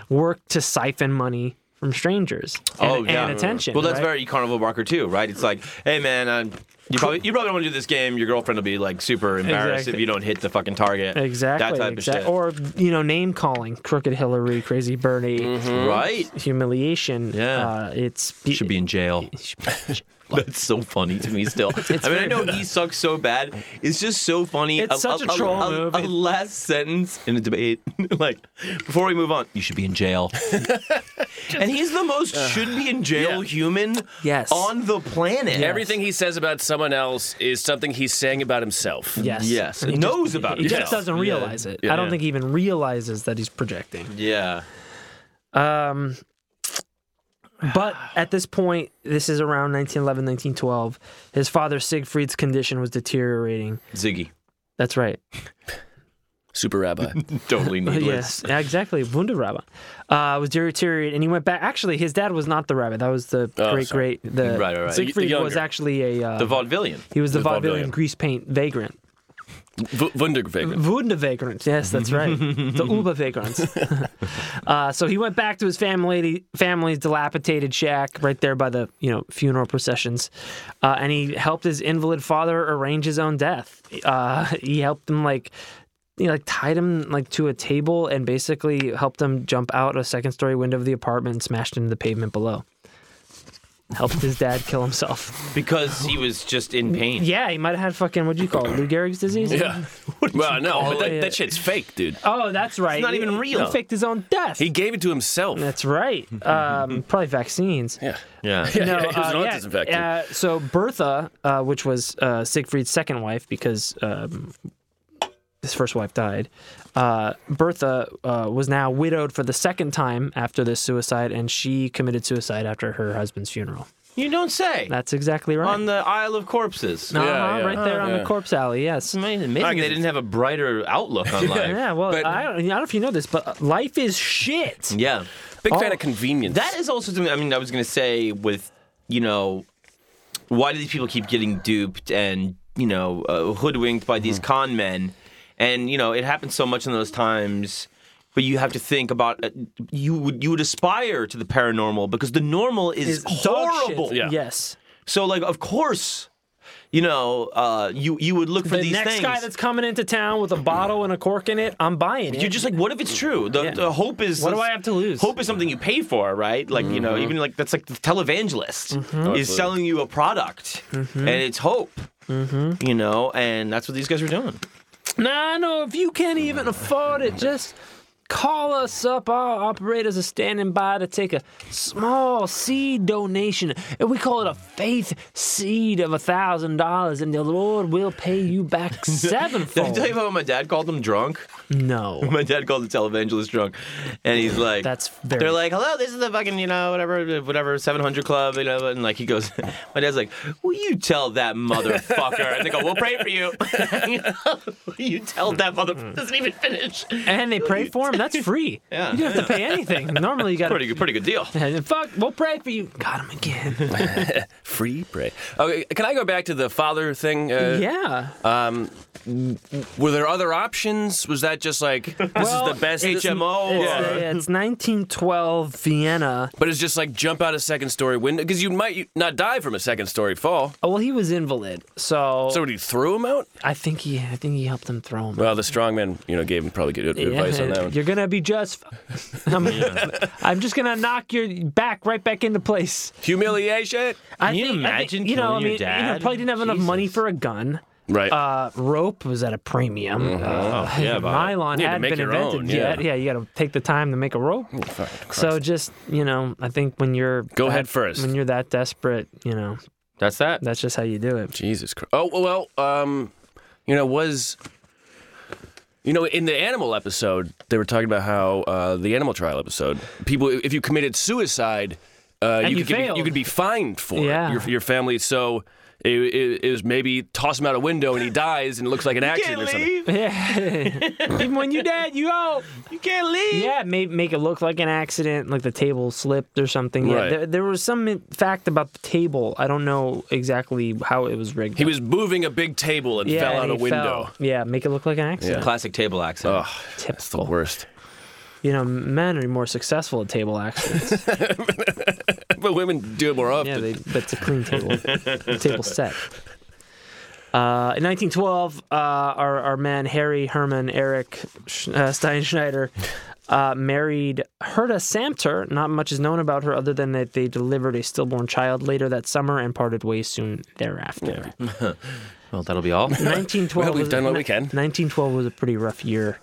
Speaker 4: work to siphon money from strangers and,
Speaker 3: oh yeah.
Speaker 4: and attention.
Speaker 3: Well, that's
Speaker 4: right?
Speaker 3: very carnival barker too, right? It's like, hey man, i you probably you probably don't want to do this game. Your girlfriend will be like super embarrassed if
Speaker 4: Exactly.
Speaker 3: you don't hit the fucking target.
Speaker 4: exactly.
Speaker 3: That type
Speaker 4: exact-
Speaker 3: of shit.
Speaker 4: Or you know, name calling, crooked Hillary, crazy Bernie,
Speaker 3: right.
Speaker 4: humiliation.
Speaker 3: Mm-hmm. Yeah.
Speaker 4: uh, it's
Speaker 3: Should be in jail. That's so funny to me still. I mean, I know he sucks so bad. It's just so funny.
Speaker 4: It's such a troll move.
Speaker 3: A last sentence in a debate, like before we move on, you should be in jail. and he's the most should be in jail
Speaker 6: Yeah.
Speaker 3: human
Speaker 4: Yes.
Speaker 3: on the planet.
Speaker 6: Everything he says about someone else is something he's saying about himself.
Speaker 4: yes,
Speaker 3: Yes,
Speaker 4: He
Speaker 3: knows
Speaker 4: just,
Speaker 3: about
Speaker 4: He
Speaker 3: it.
Speaker 4: just doesn't realize it. I don't think he even realizes that he's projecting.
Speaker 3: Yeah.
Speaker 4: Um, but at this point, this is around 1911, 1912. His father Siegfried's condition was deteriorating.
Speaker 3: Ziggy.
Speaker 4: That's right.
Speaker 6: Super rabbi.
Speaker 3: Totally needless.
Speaker 4: Yes, yeah, exactly. Wunder rabbi uh, was deteriorating, and he went back. Actually, his dad was not the rabbi. That was the great,
Speaker 6: sorry.
Speaker 4: great. The
Speaker 3: Right, right, right.
Speaker 4: Siegfried
Speaker 6: The younger.
Speaker 4: was actually a. Uh,
Speaker 3: The vaudevillian.
Speaker 4: he was the,
Speaker 6: the
Speaker 4: vaudevillian
Speaker 6: vaudevillian.
Speaker 4: grease paint vagrant.
Speaker 6: v- Wunderweg.
Speaker 4: Wunder vagrant. Yes, that's right. the Uber vagrants. uh, so he went back to his family family's dilapidated shack right there by the you know funeral processions, uh, and he helped his invalid father arrange his own death. Uh, he helped him like. He like tied him like to a table and basically helped him jump out a second story window of the apartment and smashed into the pavement below. Helped his dad kill himself.
Speaker 3: Because he was just in pain.
Speaker 4: Yeah, he might have had fucking what'd you call it, Lou Gehrig's disease?
Speaker 6: Yeah. Well, no, but that,
Speaker 4: it?
Speaker 6: that shit's fake, dude.
Speaker 4: Oh, that's right.
Speaker 3: not even real.
Speaker 4: He faked his own death.
Speaker 6: He gave it to himself.
Speaker 4: That's right. Um, probably vaccines.
Speaker 6: Yeah.
Speaker 3: Yeah.
Speaker 4: No,
Speaker 6: he was
Speaker 4: uh,
Speaker 6: an
Speaker 4: yeah,
Speaker 6: autism vaccine.
Speaker 4: uh, so Bertha, uh, which was uh, Siegfried's second wife, because um, his first wife died, uh, Bertha uh, was now widowed for the second time after this suicide, and she committed suicide after her husband's funeral.
Speaker 3: You don't say.
Speaker 4: That's exactly right.
Speaker 3: On the Isle of Corpses.
Speaker 4: uh-huh,
Speaker 6: yeah.
Speaker 4: right there on
Speaker 6: Yeah.
Speaker 4: the corpse alley. Yes.
Speaker 3: Amazing. Maybe they didn't have a brighter outlook on life.
Speaker 4: Yeah. Well,
Speaker 6: But-
Speaker 4: I, don't, I don't know if you know this, but life is shit.
Speaker 3: Yeah.
Speaker 6: Big fan
Speaker 4: Oh.
Speaker 6: of convenience.
Speaker 3: That is also something I mean, I was going to say with, you know, why do these people keep getting duped and, you know, uh, hoodwinked by these
Speaker 4: Mm-hmm.
Speaker 3: con men? And, you know, it happens so much in those times. But you have to think about uh, you would you would aspire to the paranormal because the normal is,
Speaker 4: It's dog shit.
Speaker 3: horrible.
Speaker 4: Yes.
Speaker 3: So like of course, you know, uh, you you would look for
Speaker 4: the
Speaker 3: these
Speaker 4: next
Speaker 3: things.
Speaker 4: guy that's coming into town with a bottle and a cork in it, I'm buying it.
Speaker 3: You're just like, what if it's true? The, the hope is.
Speaker 4: What do I have to lose? Mm-hmm.
Speaker 3: Hope is something you pay for, right? Like you know, even like that's like the televangelist is selling you a product,
Speaker 4: Mm-hmm.
Speaker 3: and it's hope. You know, and that's what these guys were doing.
Speaker 4: nah, no, if you can't even afford it, just call us up. Our operators are standing by to take a small seed donation. And we call it a faith seed of a thousand dollars, and the Lord will pay you back
Speaker 3: Did I tell you
Speaker 4: sevenfold.
Speaker 3: about when my dad called him drunk?
Speaker 4: No.
Speaker 3: My dad called the televangelist drunk, and he's like,
Speaker 4: That's very-
Speaker 3: They're like, "Hello, this is the fucking you know whatever whatever 700 Club," you know, and like he goes, my dad's like, "Will you tell that motherfucker?" And they go, "We'll pray for you." You know? Will you tell that motherfucker doesn't even finish.
Speaker 4: And they prayed for him. That's free.
Speaker 3: Yeah.
Speaker 4: You don't have to pay anything. Normally, you got
Speaker 3: Pretty
Speaker 4: to.
Speaker 3: good, pretty good deal.
Speaker 4: Fuck, we'll pray for you. Got him again.
Speaker 6: Free pray. Okay, can I go back to the father thing? Uh,
Speaker 4: Yeah.
Speaker 6: Were there other options? Was that just like this
Speaker 4: Well,
Speaker 6: is the best this-
Speaker 3: HMO.
Speaker 4: It's,
Speaker 3: or-
Speaker 4: uh, yeah, it's 1912 Vienna.
Speaker 6: But it's just like jump out a second story window because you might not die from a second story fall.
Speaker 4: Oh, well, he was invalid, so,
Speaker 6: Somebody threw him out.
Speaker 4: I think he, I think he helped him throw him.
Speaker 6: Well, the strongman, you know, gave him probably good advice on that one.
Speaker 4: You're gonna be just. I'm, I'm just gonna knock your back right back into place.
Speaker 6: Humiliation.
Speaker 4: I
Speaker 3: Can you
Speaker 4: think- I think-
Speaker 3: imagine
Speaker 4: you know,
Speaker 3: killing your
Speaker 4: I mean, you know,
Speaker 3: dad?
Speaker 4: probably didn't have enough money for a gun.
Speaker 6: Right.
Speaker 4: Uh, rope was at a premium. Uh,
Speaker 6: Mm-hmm. Oh, yeah, but
Speaker 4: nylon
Speaker 6: you had to
Speaker 4: hadn't
Speaker 6: make
Speaker 4: been
Speaker 6: your
Speaker 4: invented
Speaker 6: own,
Speaker 4: yet.
Speaker 6: yeah.
Speaker 4: Yeah, you got to take the time to make a rope. so just you know, I think when you're
Speaker 6: Go
Speaker 4: that-
Speaker 6: head first.
Speaker 4: When you're that desperate, you know,
Speaker 3: That's that.
Speaker 4: that's just how you do it.
Speaker 6: Jesus Christ. Oh well, um, you know, was you know in the animal episode they were talking about how uh, the animal trial episode people if you committed suicide uh,
Speaker 4: And you
Speaker 6: could be,
Speaker 4: failed.
Speaker 6: you could be fined for
Speaker 4: Yeah.
Speaker 6: it. Your, your family so. It, it, it was maybe toss him out a window and he dies and it looks like an accident or something.
Speaker 4: Yeah. Even when you're dead, you out.
Speaker 3: You can't leave.
Speaker 4: Yeah, make make it look like an accident, like the table slipped or something. Yeah,
Speaker 6: Right.
Speaker 4: there, there was some in- fact about the table. I don't know exactly how it was rigged.
Speaker 6: He
Speaker 4: up.
Speaker 6: was moving a big table and
Speaker 4: yeah,
Speaker 6: fell out
Speaker 4: and
Speaker 6: a
Speaker 4: he
Speaker 6: window.
Speaker 4: fell. Yeah, make it look like an accident.
Speaker 3: Classic table accident.
Speaker 6: Ugh, that's the
Speaker 4: Typical.
Speaker 6: worst.
Speaker 4: You know, men are more successful at table accidents.
Speaker 6: But women do it more often.
Speaker 4: yeah, they, but it's a clean table, a table set. Uh, in 1912, uh, our, our man Harry Herman Eric Sch- uh, Steinschneider uh, married Herta Samter. Not much is known about her other than that they delivered a stillborn child later that summer and parted ways soon thereafter.
Speaker 3: Well, that'll be all.
Speaker 4: 1912.
Speaker 6: Well, we've
Speaker 4: was-
Speaker 6: done what we can.
Speaker 4: 1912 was a pretty rough year.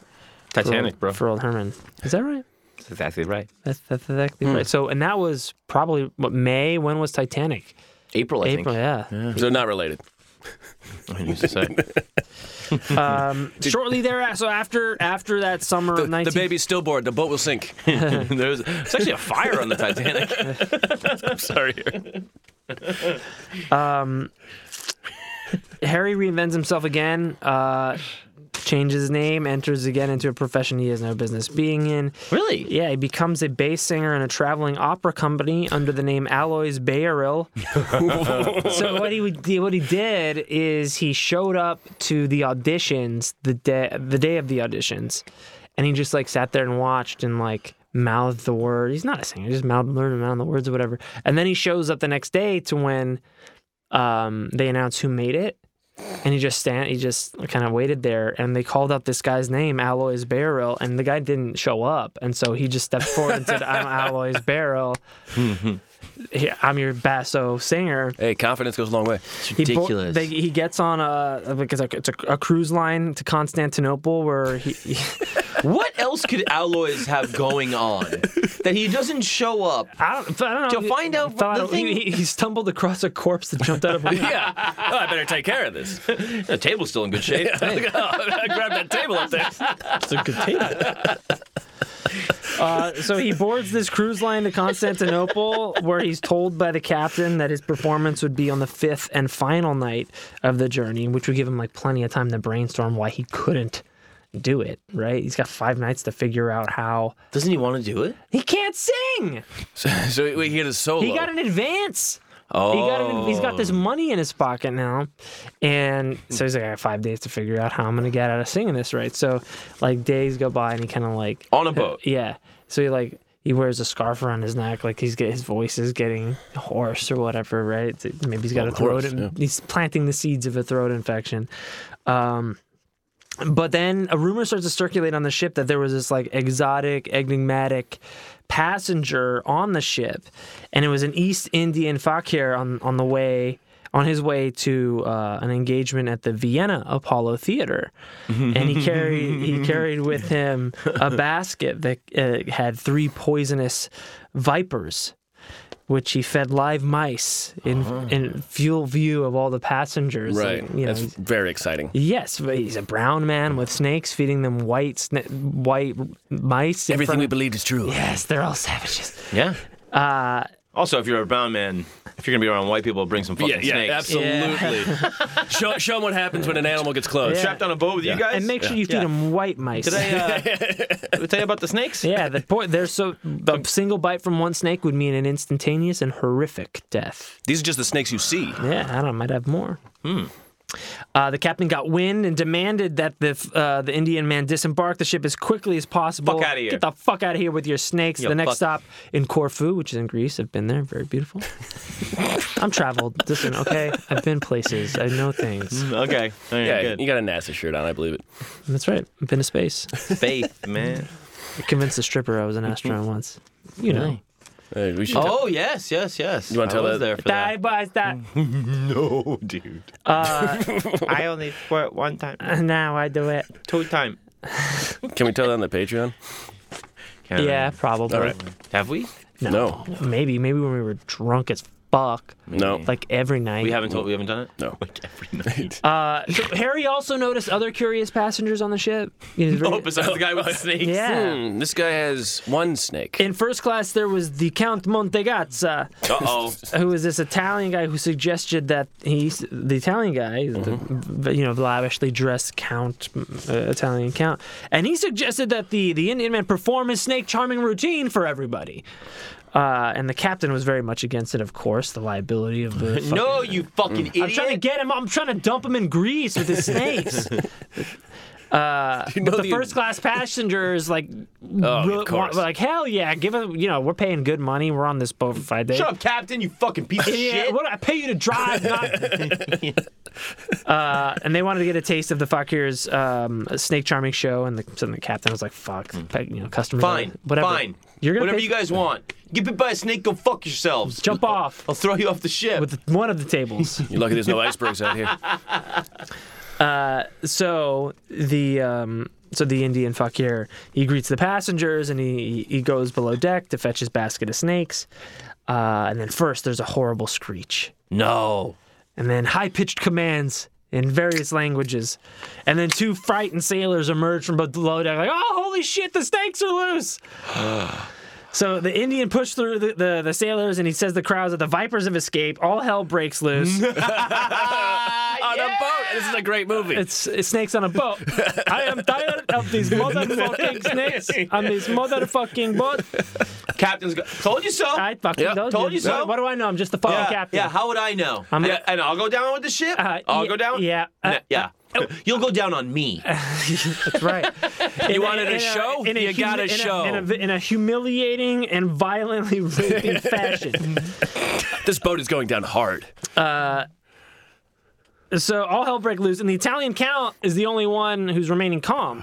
Speaker 4: for
Speaker 3: Titanic,
Speaker 4: old-
Speaker 3: bro.
Speaker 4: For old Herman. Is that right?
Speaker 3: That's exactly right.
Speaker 4: That's, that's exactly
Speaker 3: Hmm.
Speaker 4: right. So, and that was probably what May. When was Titanic?
Speaker 3: April, I
Speaker 4: April, yeah.
Speaker 6: So not related.
Speaker 3: think. I used to say.
Speaker 4: Shortly thereafter, so after after that summer
Speaker 6: The,
Speaker 4: of
Speaker 6: the
Speaker 4: 19,
Speaker 6: baby's stillborn. The boat will sink.
Speaker 3: there was, there's actually a fire on the Titanic. I'm sorry.
Speaker 4: Harry reinvents himself again, uh, changes his name, enters again into a profession he has no business being in.
Speaker 3: Really?
Speaker 4: Yeah, he becomes a bass singer in a traveling opera company under the name Alloys Bayeril. so what he would, what he did is he showed up to the auditions the day the day of the auditions, and he just like sat there and watched and like mouthed the word. He's not a singer; he just mouthed learned to mouth the words or whatever. And then he shows up the next day to when um, they announce who made it. And he just stand, he just kind of waited there, and they called out this guy's name, Alloys Barrel, and the guy didn't show up, and so he just stepped forward and said, "I'm Alloys Barrel, Here, I'm your basso singer."
Speaker 6: Hey, confidence goes a long way.
Speaker 4: He bo-
Speaker 3: ridiculous.
Speaker 4: they, he gets on a because it's a, a cruise line to Constantinople where he.
Speaker 3: What else could Alloys have going on that he doesn't show up?
Speaker 4: I don't, I don't know.
Speaker 3: To find out
Speaker 4: Thought-
Speaker 3: the thing-
Speaker 4: he, he stumbled across a corpse that jumped out of a window.
Speaker 6: Yeah. Oh, I better take care of this.
Speaker 3: The table's still in good shape. Hey.
Speaker 6: I grabbed that table up there.
Speaker 4: Uh, so he boards this cruise line to Constantinople, where he's told by the captain that his performance would be on the fifth and final night of the journey, which would give him like plenty of time to brainstorm why he couldn't do it. Right? He's got five nights to figure out how
Speaker 3: Doesn't he want to do it?
Speaker 4: he can't sing.
Speaker 6: So he he had a solo.
Speaker 4: He got an advance.
Speaker 6: oh.
Speaker 4: He got an, he's got this money in his pocket now, and so he's like, I got five days to figure out how I'm gonna get out of singing this, right? So, like days go by, and he kind of like
Speaker 3: On a boat.
Speaker 4: yeah. So he like he wears a scarf around his neck, like he's get his voice is getting hoarse or whatever, right? So Maybe he's got a throat.
Speaker 6: hoarse,
Speaker 4: in-
Speaker 6: yeah.
Speaker 4: He's planting the seeds of a throat infection. Um, but then a rumor starts to circulate on the ship that there was this like exotic, enigmatic passenger on the ship, and it was an East Indian fakir on on the way on his way to uh, an engagement at the Vienna Apollo Theater, and he carried he carried with him a basket that uh, had three poisonous vipers which he fed live mice in in full view of all the passengers.
Speaker 6: Uh-huh. Right.
Speaker 4: And, you know,
Speaker 6: That's very exciting.
Speaker 4: yes, but he's a brown man with snakes feeding them white sna- white mice. in
Speaker 6: Everything
Speaker 4: front
Speaker 6: we
Speaker 4: of-
Speaker 6: believed is true.
Speaker 4: Yes, they're all savages.
Speaker 3: Yeah. Uh, also, if you're a brown man, if you're gonna be around white people, bring some fucking
Speaker 6: Yeah, yeah,
Speaker 3: snakes.
Speaker 6: absolutely. show, show 'em what happens when an animal gets close.
Speaker 3: Strapped on a boat with you guys.
Speaker 4: And make sure you feed them white mice.
Speaker 3: Did I, uh, did I tell you about the snakes?
Speaker 4: yeah, the point. There's so a single bite from one snake would mean an instantaneous and horrific death.
Speaker 6: These are just the snakes you see.
Speaker 4: Yeah, I don't know. Might have more.
Speaker 3: Hmm.
Speaker 4: Uh, the captain got wind and demanded that the f- uh, the Indian man disembark the ship as quickly as possible.
Speaker 3: Fuck outta here.
Speaker 4: Get the fuck out of here with your snakes.
Speaker 3: You
Speaker 4: the next
Speaker 3: fuck.
Speaker 4: stop in Corfu, which is in Greece. I've been there. Very beautiful. I'm traveled. Listen, okay? I've been places. I know things.
Speaker 3: Okay. All right,
Speaker 6: Yeah,
Speaker 3: good.
Speaker 6: you got a NASA shirt on, I believe it.
Speaker 4: That's right. I've been to space.
Speaker 3: Faith, man.
Speaker 4: I convinced a stripper I was
Speaker 3: Mm-hmm.
Speaker 4: an astronaut once. You know.
Speaker 6: Uh, we should
Speaker 3: Oh yes, yes, yes. You
Speaker 6: wanna tell
Speaker 3: I was
Speaker 6: that-
Speaker 3: there for
Speaker 4: Die
Speaker 3: that?
Speaker 4: by that.
Speaker 5: No, dude.
Speaker 4: Uh,
Speaker 3: I only for one time,
Speaker 4: Now I do it.
Speaker 3: two time.
Speaker 6: Can we tell that on the Patreon?
Speaker 3: Can
Speaker 4: Yeah, probably.
Speaker 6: All right.
Speaker 3: Have we?
Speaker 6: No. No.
Speaker 4: Maybe. Maybe when we were drunk as fuck. Like every night.
Speaker 3: We haven't told. We haven't done it.
Speaker 6: no.
Speaker 4: Uh, so Harry also noticed other curious passengers on the ship. You know,
Speaker 3: Oh, besides the guy with the snakes.
Speaker 4: yeah.
Speaker 6: Hmm, this guy has one snake.
Speaker 4: In first class, there was the Count Montegazza,
Speaker 3: Uh oh.
Speaker 4: who was this Italian guy who suggested that he, the Italian guy,
Speaker 6: Mm-hmm.
Speaker 4: the, you know, lavishly dressed Count, uh, Italian Count, and he suggested that the, the Indian man perform his snake charming routine for everybody. Uh, and the captain was very much against it, of course, the liability of the. fucking-
Speaker 3: No, you fucking idiot.
Speaker 4: I'm trying to get him. I'm trying to dump him in Greece with his snakes.
Speaker 6: you know Oh,
Speaker 4: But the first class passengers like
Speaker 3: Oh,
Speaker 4: really
Speaker 6: of course.
Speaker 4: want- like hell yeah, give it. You know we're paying good money. We're on this boat for five days.
Speaker 3: Shut up, Captain. You fucking piece of
Speaker 4: Yeah,
Speaker 3: shit.
Speaker 4: what I pay you to drive, not. uh, and they wanted to get a taste of the Fakir's um, snake charming show, and the, so the captain was like, "Fuck, you know, customers,
Speaker 3: Hmm. Fine.
Speaker 4: whatever,
Speaker 3: Fine.
Speaker 4: you're gonna
Speaker 3: whatever
Speaker 4: pay-
Speaker 3: you guys want. Get bit by a snake. Go fuck yourselves.
Speaker 4: jump off
Speaker 3: I'll throw you off the ship.
Speaker 4: with one of the tables."
Speaker 6: You're lucky there's no icebergs out here.
Speaker 4: so the um so the Indian fakir he greets the passengers and he he goes below deck to fetch his basket of snakes, uh, and then first there's a horrible screech,
Speaker 3: no.
Speaker 4: and then high pitched commands in various languages, and then two frightened sailors emerge from below deck like oh holy shit the snakes are loose. So the Indian pushed through the, the, the sailors and he says to the crowds that the vipers have escaped. All hell breaks loose.
Speaker 6: on a boat. This is a great movie.
Speaker 4: It's, it's snakes on a boat. I am tired of these motherfucking snakes on this motherfucking boat.
Speaker 3: Captain's. Go- Told you so.
Speaker 4: I fucking
Speaker 6: Yeah,
Speaker 4: told,
Speaker 3: told
Speaker 4: you.
Speaker 3: you so.
Speaker 4: What, what do I know? I'm just the fucking
Speaker 3: yeah,
Speaker 4: captain.
Speaker 3: yeah, how would I know?
Speaker 4: I'm-
Speaker 3: yeah, and I'll go down with the ship.
Speaker 4: Uh,
Speaker 3: I'll
Speaker 4: yeah,
Speaker 3: go down.
Speaker 4: yeah, uh,
Speaker 3: N- yeah. You'll go down on me.
Speaker 4: That's right. you
Speaker 6: wanted a show? You got a show.
Speaker 4: In a, vi- in a humiliating and violently raping fashion.
Speaker 6: this boat is going down hard.
Speaker 4: So all hell break loose, and the Italian count is the only one who's remaining calm.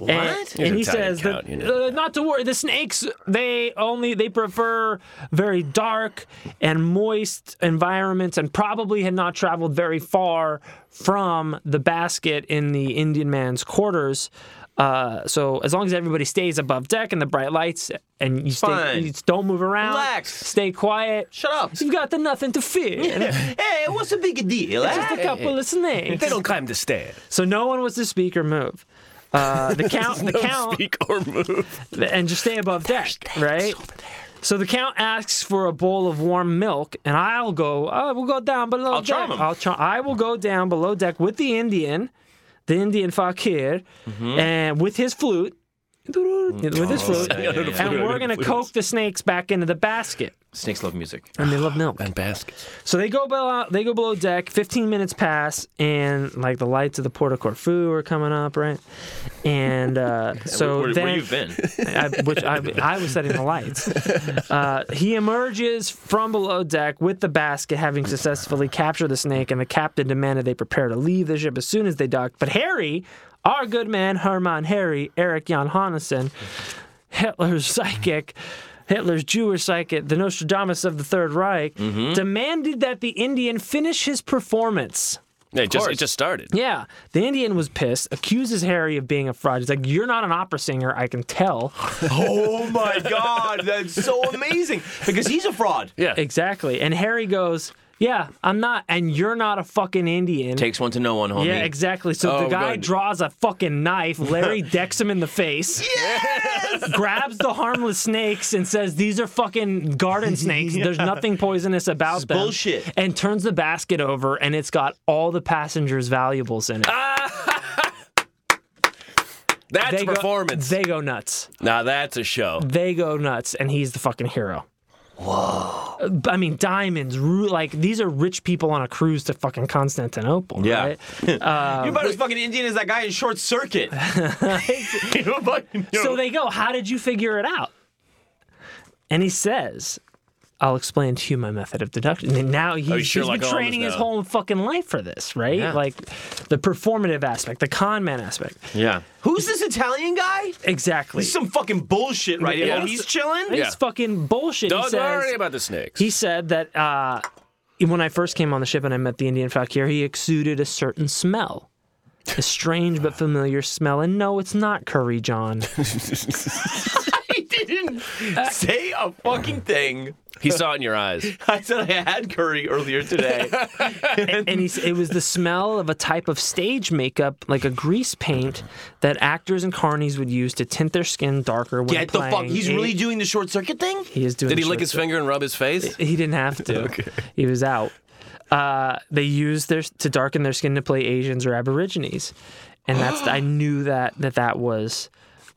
Speaker 4: What? And,
Speaker 6: an
Speaker 4: he
Speaker 6: Italian
Speaker 4: says
Speaker 6: count,
Speaker 4: that
Speaker 6: you know.
Speaker 4: uh, not to worry. The snakes they only they prefer very dark and moist environments, and probably had not traveled very far from the basket in the Indian man's quarters. Uh, so as long as everybody stays above deck in the bright lights, and you stay,
Speaker 3: Fine.
Speaker 4: you just don't move around,
Speaker 3: Relax.
Speaker 4: stay quiet.
Speaker 3: Shut up.
Speaker 4: You've got the nothing to fear.
Speaker 3: Hey, what's the big deal? eh?
Speaker 4: Just a couple of snakes.
Speaker 6: They don't climb the stairs.
Speaker 4: So no one was to speak or move. Uh, the count, the count,
Speaker 6: Speak or move.
Speaker 4: and just stay above deck, right? So the count asks for a bowl of warm milk, and I'll go. I will go down below
Speaker 3: I'll
Speaker 4: deck.
Speaker 3: charm him.
Speaker 4: I'll char- I will go down below deck with the Indian, the Indian fakir,
Speaker 3: Mm-hmm.
Speaker 4: and with his flute, with his flute,
Speaker 3: Oh, yeah, yeah, yeah.
Speaker 4: and we're gonna coax the snakes back into the basket,
Speaker 3: Snakes love music.
Speaker 4: and they love milk.
Speaker 6: And baskets.
Speaker 4: So they go below, they go below deck. Fifteen minutes pass, and like the lights of the port of Corfu are coming up, right? And uh, so
Speaker 3: where,
Speaker 4: then,
Speaker 3: where you been?
Speaker 4: I, which I, I was setting the lights. Uh, he emerges from below deck with the basket, having successfully captured the snake, and the captain demanded they prepare to leave the ship as soon as they docked. But Harry, our good man Hermann Harry, Eric Jan Honnesen, Hitler's psychic, Hitler's Jewish psychic, the Nostradamus of the Third Reich, demanded that the Indian finish his performance.
Speaker 6: It just, it just started.
Speaker 4: Yeah, the Indian was pissed, accuses Harry of being a fraud. He's like, You're not an opera singer, I can tell.
Speaker 3: Oh my God, that's so amazing because he's a fraud.
Speaker 6: Yeah.
Speaker 4: Exactly. And Harry goes, Yeah, I'm not, and you're not a fucking Indian.
Speaker 3: Takes one to know one, homie.
Speaker 4: yeah, exactly. So the
Speaker 6: Oh,
Speaker 4: guy
Speaker 6: good.
Speaker 4: draws a fucking knife, Larry decks him in the face, grabs the harmless snakes and says, These are fucking garden snakes. There's nothing poisonous about them.
Speaker 3: bullshit.
Speaker 4: And turns the basket over and it's got all the passengers' valuables in it.
Speaker 6: Ah, That's
Speaker 4: They go-
Speaker 6: performance.
Speaker 4: they go nuts.
Speaker 6: now that's a show.
Speaker 4: they go nuts and he's the fucking hero. Whoa. I mean, diamonds, ru- like these are rich people on a cruise to fucking Constantinople.
Speaker 3: Yeah.
Speaker 4: Right?
Speaker 3: You're about as fucking Indian as that guy in Short Circuit.
Speaker 4: So they go, How did you figure it out? And he says, I'll explain to you my method of deduction. And now he's,
Speaker 6: he's Sherlock
Speaker 4: he's been
Speaker 6: Holmes
Speaker 4: training his
Speaker 6: now.
Speaker 4: whole fucking life for this, right? Like the performative aspect, the con man aspect.
Speaker 6: Yeah.
Speaker 3: Who's this Italian guy?
Speaker 4: Exactly.
Speaker 3: He's some fucking bullshit right here.
Speaker 6: Yeah.
Speaker 3: Oh, he's chilling.
Speaker 4: it's
Speaker 6: Yeah.
Speaker 4: fucking bullshit. he
Speaker 6: Don't
Speaker 4: says,
Speaker 6: worry about the snakes.
Speaker 4: He said that uh, when I first came on the ship and I met the Indian fakir, he exuded a certain smell. A strange but familiar smell. And no, it's not curry, John.
Speaker 3: He didn't say a fucking thing.
Speaker 6: he saw it in your eyes.
Speaker 3: I said I had curry earlier today.
Speaker 4: and he, s- it was the smell of a type of stage makeup, like a grease paint, that actors and carnies would use to tint their skin darker when
Speaker 3: Get the
Speaker 4: playing.
Speaker 3: fuck. He's
Speaker 4: a-
Speaker 3: really doing the Short Circuit thing.
Speaker 4: He is doing.
Speaker 6: Did he
Speaker 4: the
Speaker 6: lick
Speaker 4: short Uh,
Speaker 6: his finger and rub his face?
Speaker 4: He didn't have to. He was out. Uh, they used their to darken their skin to play Asians or Aborigines, and that's I knew that that that was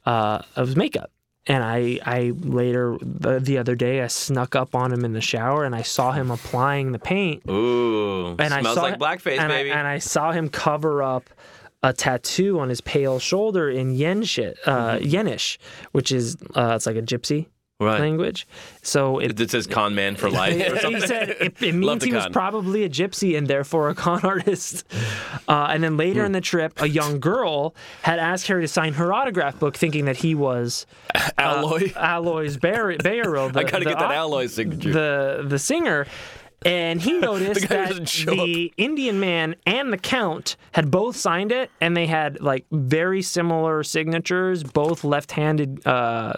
Speaker 4: uh, of makeup. And I I later the, the other day I snuck up on him in the shower and I saw him applying the paint
Speaker 3: Ooh,
Speaker 4: and I
Speaker 3: smells
Speaker 4: saw
Speaker 3: like
Speaker 4: him-
Speaker 3: blackface,
Speaker 4: and I-
Speaker 3: baby.
Speaker 4: and I saw him cover up a tattoo on his pale shoulder in Yen shit, uh, Yenish, which is uh, it's like a gypsy
Speaker 3: Mm-hmm. Right.
Speaker 4: language. So it,
Speaker 3: It says con man for life. or
Speaker 4: he said it, it means
Speaker 6: Love the
Speaker 4: he was
Speaker 6: con.
Speaker 4: probably a gypsy and therefore a con artist. Uh, and then
Speaker 6: Hmm.
Speaker 4: later in the trip, a young girl had asked Harry to sign her autograph book, thinking that he was uh,
Speaker 6: Alloy.
Speaker 4: Alois Bar- Barrow. The,
Speaker 6: I gotta
Speaker 4: the
Speaker 6: get that
Speaker 4: au-
Speaker 6: alloy signature.
Speaker 4: the the singer. And he noticed
Speaker 6: guy
Speaker 4: that
Speaker 6: doesn't show
Speaker 4: the Indian man and the Count had both signed it, and they had like very similar signatures, both left-handed, uh,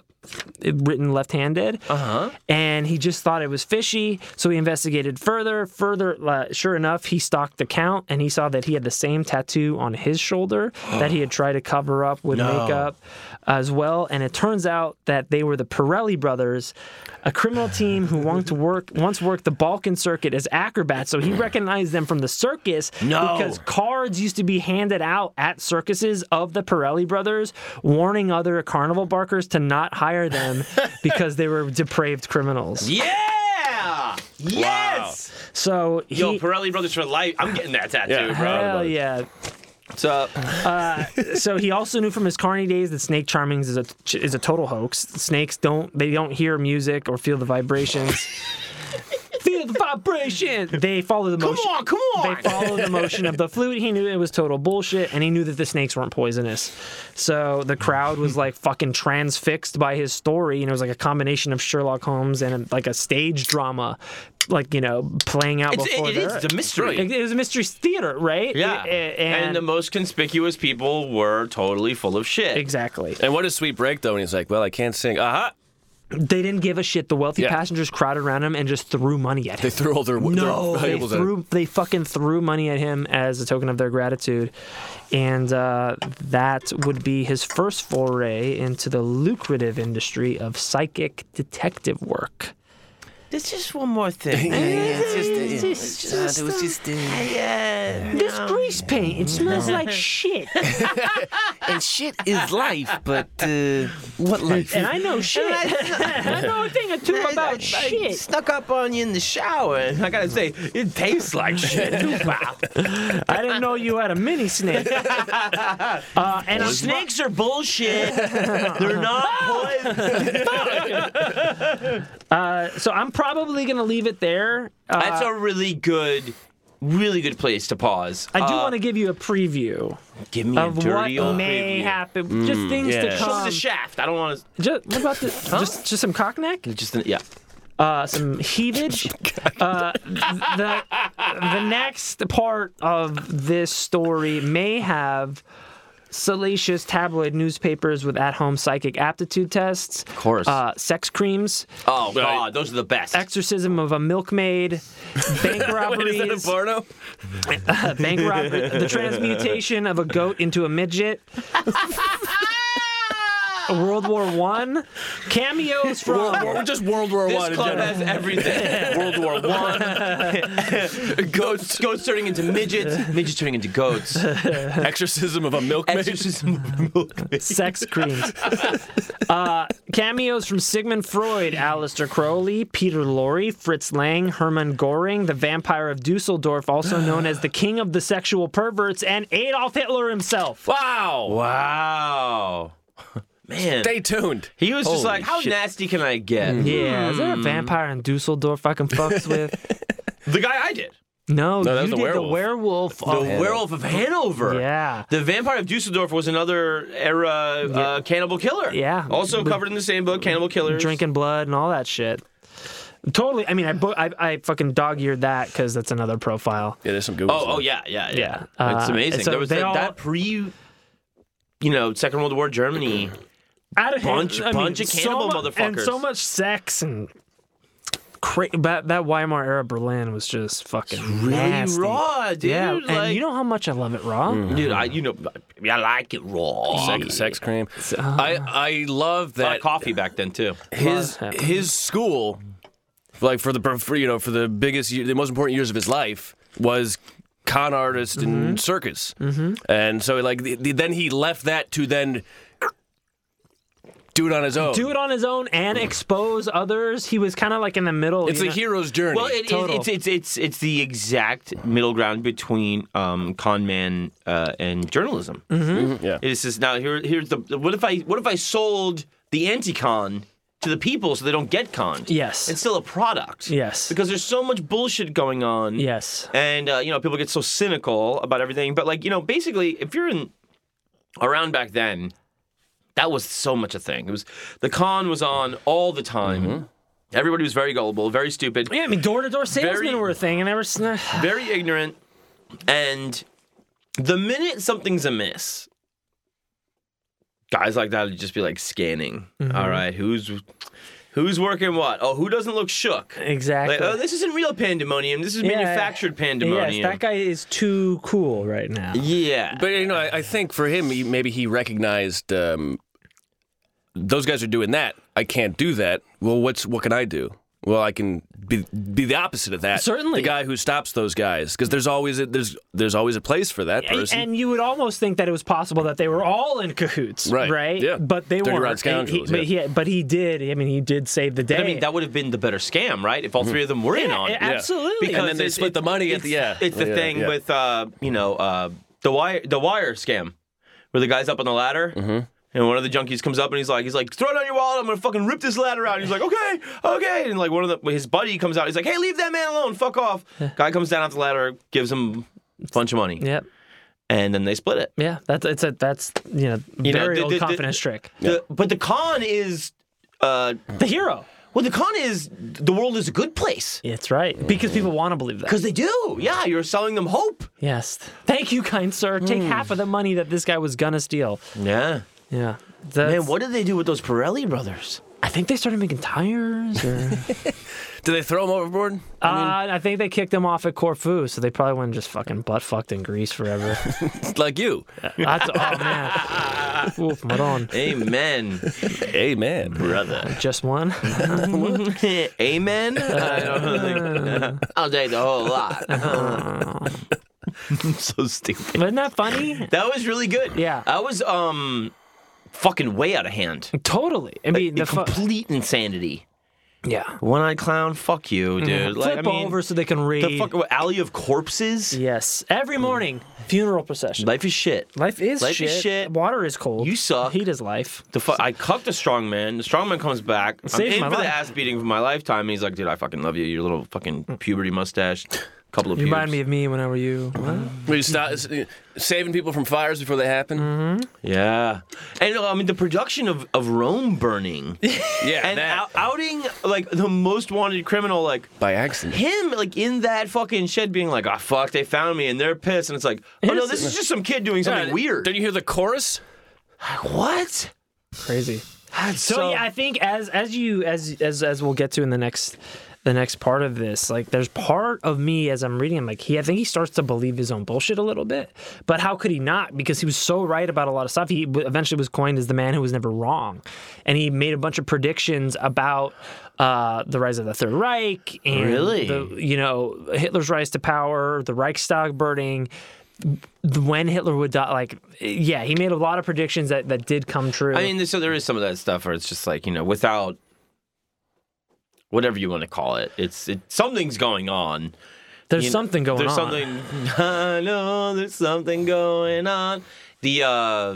Speaker 4: written left-handed. Uh huh.
Speaker 6: Uh-huh.
Speaker 4: And he just thought it was fishy, so he investigated further. Further, uh, sure enough, he stalked the Count, and he saw that he had the same tattoo on his shoulder that he had tried to cover up with makeup as well. And it turns out that they were the Pirelli brothers, a criminal team who once worked once worked the Balkan circuit as acrobats. So he recognized them from the circus
Speaker 3: No.
Speaker 4: because cards used to be handed out at circuses of the Pirelli brothers, warning other carnival barkers to not hire them because they were depraved criminals.
Speaker 3: yeah. Yes.
Speaker 4: So he.
Speaker 3: Yo, Pirelli Brothers for life. I'm getting that tattoo,
Speaker 6: Yeah.
Speaker 3: bro.
Speaker 4: Hell yeah!
Speaker 3: What's up?
Speaker 4: So he also knew from his Carney days that snake charmings is a is a total hoax. Snakes don't they don't hear music or feel the vibrations. feel the vibration. They follow the
Speaker 3: Come
Speaker 4: motion.
Speaker 3: on, come on.
Speaker 4: They follow the motion of the flute. He knew it was total bullshit, and he knew that the snakes weren't poisonous. So the crowd was like fucking transfixed by his story, and it was like a combination of Sherlock Holmes and like a stage drama, like you know, playing out
Speaker 3: It's,
Speaker 4: before
Speaker 3: it, it
Speaker 4: their-
Speaker 3: is the mystery.
Speaker 4: It, it was a mystery theater, right?
Speaker 3: yeah.
Speaker 4: A- a-
Speaker 3: and, the most conspicuous people were totally full of shit.
Speaker 4: exactly.
Speaker 6: And what a sweet break though. And he's like, "Well, I can't sing." Aha! Uh-huh.
Speaker 4: They didn't give a shit. The wealthy
Speaker 6: Yeah.
Speaker 4: passengers crowded around him and just threw money at him.
Speaker 6: They threw all their
Speaker 4: No,
Speaker 6: their
Speaker 4: they
Speaker 6: valuables at him.
Speaker 4: threw, they fucking threw money at him as a token of their gratitude, and uh, that would be his first foray into the lucrative industry of psychic detective work.
Speaker 1: There's just one more thing. it was just. uh,
Speaker 4: This grease paint, it smells like shit,
Speaker 1: and shit is life, but uh, what life?
Speaker 4: and I know shit. I know a thing or two about shit.
Speaker 1: Snuck up on you in the shower, and I gotta say, it tastes like shit.
Speaker 4: I didn't know you had a mini snake. Uh, and I'm
Speaker 3: Snakes are bullshit. They're not poison.
Speaker 4: so I'm probably gonna leave it there. Uh,
Speaker 3: That's a really good really good place to pause.
Speaker 4: I do want to give you a preview
Speaker 3: give me a
Speaker 4: of what
Speaker 3: dirty old
Speaker 4: may
Speaker 3: preview.
Speaker 4: happen. just things
Speaker 3: Yeah.
Speaker 4: to
Speaker 3: Show me
Speaker 4: come.
Speaker 3: the shaft. I don't want to.
Speaker 4: Just, what about the, just just some cockneck?
Speaker 3: Just yeah.
Speaker 4: uh, some heated. Uh, the the next part of this story may have salacious tabloid newspapers with at-home psychic aptitude tests, of
Speaker 3: course.
Speaker 4: uh, sex creams,
Speaker 3: Oh God, those are the best.
Speaker 4: exorcism of a milkmaid, bank
Speaker 6: Is
Speaker 4: robberies,
Speaker 6: that a porno?
Speaker 4: bank robbery, the transmutation of a goat into a midget. World War One cameos from
Speaker 6: Or just World War
Speaker 3: This
Speaker 6: One in
Speaker 3: club
Speaker 6: general.
Speaker 3: has everything. World War One. goats, goats turning into midgets, midgets turning into goats.
Speaker 6: Exorcism of a milkmaid.
Speaker 3: Exorcism of milkmaid.
Speaker 4: sex creams. Uh, cameos from Sigmund Freud, Aleister Crowley, Peter Lorre, Fritz Lang, Hermann Goring, the vampire of Dusseldorf, also known as the king of the sexual perverts, and Adolf Hitler himself.
Speaker 6: Wow.
Speaker 3: Wow, man.
Speaker 6: Stay tuned.
Speaker 3: he was just
Speaker 6: Holy
Speaker 3: like, how
Speaker 6: shit.
Speaker 3: nasty can I get?
Speaker 4: Mm-hmm. Yeah, is there a
Speaker 6: Hmm.
Speaker 4: vampire in Dusseldorf I can fucks with?
Speaker 3: The guy I did,
Speaker 4: No,
Speaker 6: that
Speaker 4: you
Speaker 6: was
Speaker 4: did
Speaker 6: the
Speaker 4: the werewolf.
Speaker 3: the
Speaker 6: Oh,
Speaker 4: of-
Speaker 3: werewolf of Hanover.
Speaker 4: Yeah.
Speaker 3: The Vampire of Dusseldorf was another era uh, cannibal killer.
Speaker 4: Yeah.
Speaker 3: Also covered in the same book, Cannibal Killers.
Speaker 4: drinking blood and all that shit. Totally. I mean, I bo- I, I fucking dog-eared that because that's another profile.
Speaker 6: Yeah, there's some good ones.
Speaker 3: Oh, oh yeah, yeah, yeah.
Speaker 4: Yeah.
Speaker 3: it's
Speaker 4: Uh,
Speaker 3: amazing.
Speaker 4: so
Speaker 3: there was
Speaker 4: they
Speaker 3: that,
Speaker 4: all-
Speaker 3: that pre, you know, Second World War Germany.
Speaker 4: out of hand-
Speaker 3: Bunch- bunch of cannibal
Speaker 4: so mu- and
Speaker 3: motherfuckers.
Speaker 4: so much sex and cra- that that Weimar era Berlin was just fucking
Speaker 3: Really
Speaker 4: nasty.
Speaker 3: raw, dude.
Speaker 4: Yeah,
Speaker 3: like, Mm-hmm.
Speaker 4: and you know how much I love it raw.
Speaker 3: dude, I, you know, I like it raw.
Speaker 6: Sex, sex cream.
Speaker 4: uh,
Speaker 6: I I love
Speaker 3: I like
Speaker 6: that
Speaker 3: coffee back then too.
Speaker 6: his
Speaker 4: Love him.
Speaker 6: his school, like for the for, you know for the biggest ye- the most important years of his life was con artist and circus, mm-hmm. and so like the, the, then he left that to then do it on his own.
Speaker 4: Do it on his own and expose others. He was kind of like in the middle.
Speaker 6: it's a
Speaker 4: you know?
Speaker 6: hero's journey.
Speaker 3: Well, it,
Speaker 4: Total.
Speaker 3: it's, it's it's it's the exact middle ground between um, con man uh, and journalism.
Speaker 6: yeah.
Speaker 3: It's just now here here's the what if I what if I sold the anti con to the people so they don't get conned?
Speaker 4: Yes.
Speaker 3: it's still a product.
Speaker 4: Yes.
Speaker 3: because there's so much bullshit going on.
Speaker 4: Yes.
Speaker 3: and uh, you know people get so cynical about everything but like you know basically if you're in around back then that was so much a thing it was the con was on all the time everybody was very gullible very stupid
Speaker 4: Yeah, I mean, door to door salesmen
Speaker 3: Very- oh,
Speaker 4: were a thing, and ever since
Speaker 3: very ignorant and the minute something's amiss guys like that would just be like scanning
Speaker 4: Mm-hmm.
Speaker 3: All right who's who's working what oh who doesn't look shook
Speaker 4: exactly.
Speaker 3: like, oh, this isn't real pandemonium. This is
Speaker 4: Yeah,
Speaker 3: manufactured pandemonium.
Speaker 4: yes, that guy is too cool right now.
Speaker 3: Yeah.
Speaker 6: But you know, I, I think for him, he, maybe he recognized um, those guys are doing that. I can't do that. Well, what's what can I do? Well, I can be be the opposite of that.
Speaker 4: Certainly.
Speaker 6: the guy who stops those guys because there's always a, there's there's always a place for that
Speaker 4: And-
Speaker 6: person.
Speaker 4: And you would almost think that it was possible that they were all in cahoots,
Speaker 6: Right, yeah.
Speaker 4: But they
Speaker 6: Dirty
Speaker 4: weren't.
Speaker 6: rotten
Speaker 4: And
Speaker 6: scoundrels,
Speaker 4: he, But, he, but he did. I mean, he did save the day.
Speaker 3: But I mean, that would have been the better scam, right? If all three of them were in
Speaker 4: Yeah,
Speaker 3: on it.
Speaker 4: absolutely.
Speaker 3: Because
Speaker 6: And then they
Speaker 3: it's-
Speaker 6: split
Speaker 3: it's-
Speaker 6: the money at the-
Speaker 3: it's-
Speaker 6: yeah.
Speaker 3: It's the
Speaker 6: Yeah,
Speaker 3: thing
Speaker 6: yeah.
Speaker 3: with uh, you know uh, the wire the wire scam, where the guy's up on the ladder.
Speaker 6: Mm-hmm.
Speaker 3: And one of the junkies comes up and he's like, he's like, throw down your wallet. I'm gonna fucking rip this ladder out. And he's like, okay, okay. And like one of the his buddy comes out. He's like, hey, leave that man alone. Fuck off. Guy comes down off the ladder, gives him a bunch of money,
Speaker 4: Yep.
Speaker 3: and then they split it.
Speaker 4: Yeah, that's it's a that's you know
Speaker 3: You know,
Speaker 4: very
Speaker 3: the-
Speaker 4: old
Speaker 3: the- the-
Speaker 4: confidence trick.
Speaker 3: The- but the con is, uh,
Speaker 4: The hero.
Speaker 3: well, the con is the world is a good place
Speaker 4: It's right because people want to believe that.
Speaker 3: because they do. Yeah, you're selling them hope.
Speaker 4: Yes. Thank you, kind sir. Take half of the money that this guy was gonna steal.
Speaker 3: Yeah.
Speaker 4: Yeah. That's,
Speaker 3: Man, what did they do with those Pirelli brothers?
Speaker 4: I think they started making tires. Or,
Speaker 6: Did they throw him overboard?
Speaker 4: uh, I think they kicked him off at Corfu, so they probably went and just fucking butt fucked in Greece forever.
Speaker 3: Oh.
Speaker 6: Like you?
Speaker 4: That's oh man. Oof, Maron.
Speaker 3: Amen,
Speaker 6: Amen.
Speaker 3: brother.
Speaker 4: Just one.
Speaker 3: Amen. I don't think. I'll take the whole lot. so stupid.
Speaker 4: Wasn't that funny?
Speaker 3: That was really good.
Speaker 4: Yeah.
Speaker 3: I was um, fucking way out of hand.
Speaker 4: Totally. I mean, the fu-
Speaker 3: complete insanity.
Speaker 4: yeah.
Speaker 3: One eyed clown. Fuck you, dude. Like,
Speaker 4: Mm-hmm. Flip
Speaker 3: I mean,
Speaker 4: over so they can read.
Speaker 3: The fuck. What, alley of corpses.
Speaker 4: Yes. Every morning, funeral procession.
Speaker 3: Life is shit.
Speaker 4: Life is
Speaker 3: Life
Speaker 4: shit.
Speaker 3: is shit.
Speaker 4: Water is cold.
Speaker 3: You suck.
Speaker 4: Heat is life.
Speaker 3: The fu- I cucked a strong man. The strong man comes back. I'm
Speaker 4: Saved
Speaker 3: in
Speaker 4: my
Speaker 3: for the
Speaker 4: life.
Speaker 3: ass beating for my lifetime. And he's like, dude, I fucking love you. Your little fucking puberty mustache. couple of
Speaker 4: You remind
Speaker 3: pubes.
Speaker 4: me of me when I were you.
Speaker 6: We stop s- saving people from fires before they happen.
Speaker 3: Mm-hmm. Yeah, and uh, I mean the production of, of Rome burning
Speaker 6: Yeah,
Speaker 3: and
Speaker 6: that
Speaker 3: out- outing like the most wanted criminal, like
Speaker 6: by accident.
Speaker 3: him, like in that fucking shed, being like, "Ah, fuck, they found me," and they're pissed, and it's like, "Oh no, this is just some kid doing something
Speaker 6: Yeah,
Speaker 3: weird."
Speaker 6: Don't you hear the chorus?
Speaker 3: what?
Speaker 4: Crazy.
Speaker 3: That's
Speaker 4: So, yeah, I think as as you as as as we'll get to in the next the next part of this, like there's part of me as I'm reading, I'm like he I think he starts to believe his own bullshit a little bit. But how could he not? Because he was so right about a lot of stuff. He w- eventually was coined as the man who was never wrong, and he made a bunch of predictions about uh, the rise of the Third Reich and
Speaker 3: Really?
Speaker 4: the, you know Hitler's rise to power, the Reichstag burning. th- When Hitler would die, like, yeah, he made a lot of predictions that, that did come true.
Speaker 3: I mean, there- so there is some of that stuff where it's just like you know, without whatever you want to call it, it's it, something's going on.
Speaker 4: There's
Speaker 3: You know,
Speaker 4: something going
Speaker 3: there's
Speaker 4: on.
Speaker 3: something. I know there's something going on. The uh,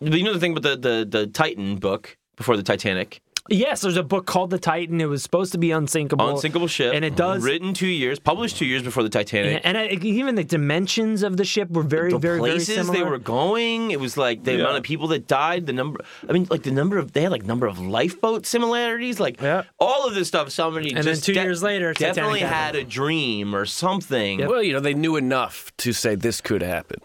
Speaker 3: you know the thing about the the the Titan book before the Titanic,
Speaker 4: Yes, there's a book called The Titan. It was supposed to be unsinkable.
Speaker 3: unsinkable ship,
Speaker 4: And it does.
Speaker 3: written two years, published two years before the Titanic.
Speaker 4: and I, even the dimensions of the ship were very,
Speaker 3: the
Speaker 4: very,
Speaker 3: places
Speaker 4: very similar.
Speaker 3: they were going. It was like the amount of people that died, the number. I mean, like the number of they had like number of lifeboat similarities, like
Speaker 4: Yeah.
Speaker 3: all of this stuff. Somebody
Speaker 4: And then
Speaker 3: just
Speaker 4: two years later, Titanic
Speaker 3: definitely had
Speaker 4: happened.
Speaker 3: a dream or something.
Speaker 6: Well, you know they knew enough to say this could happen.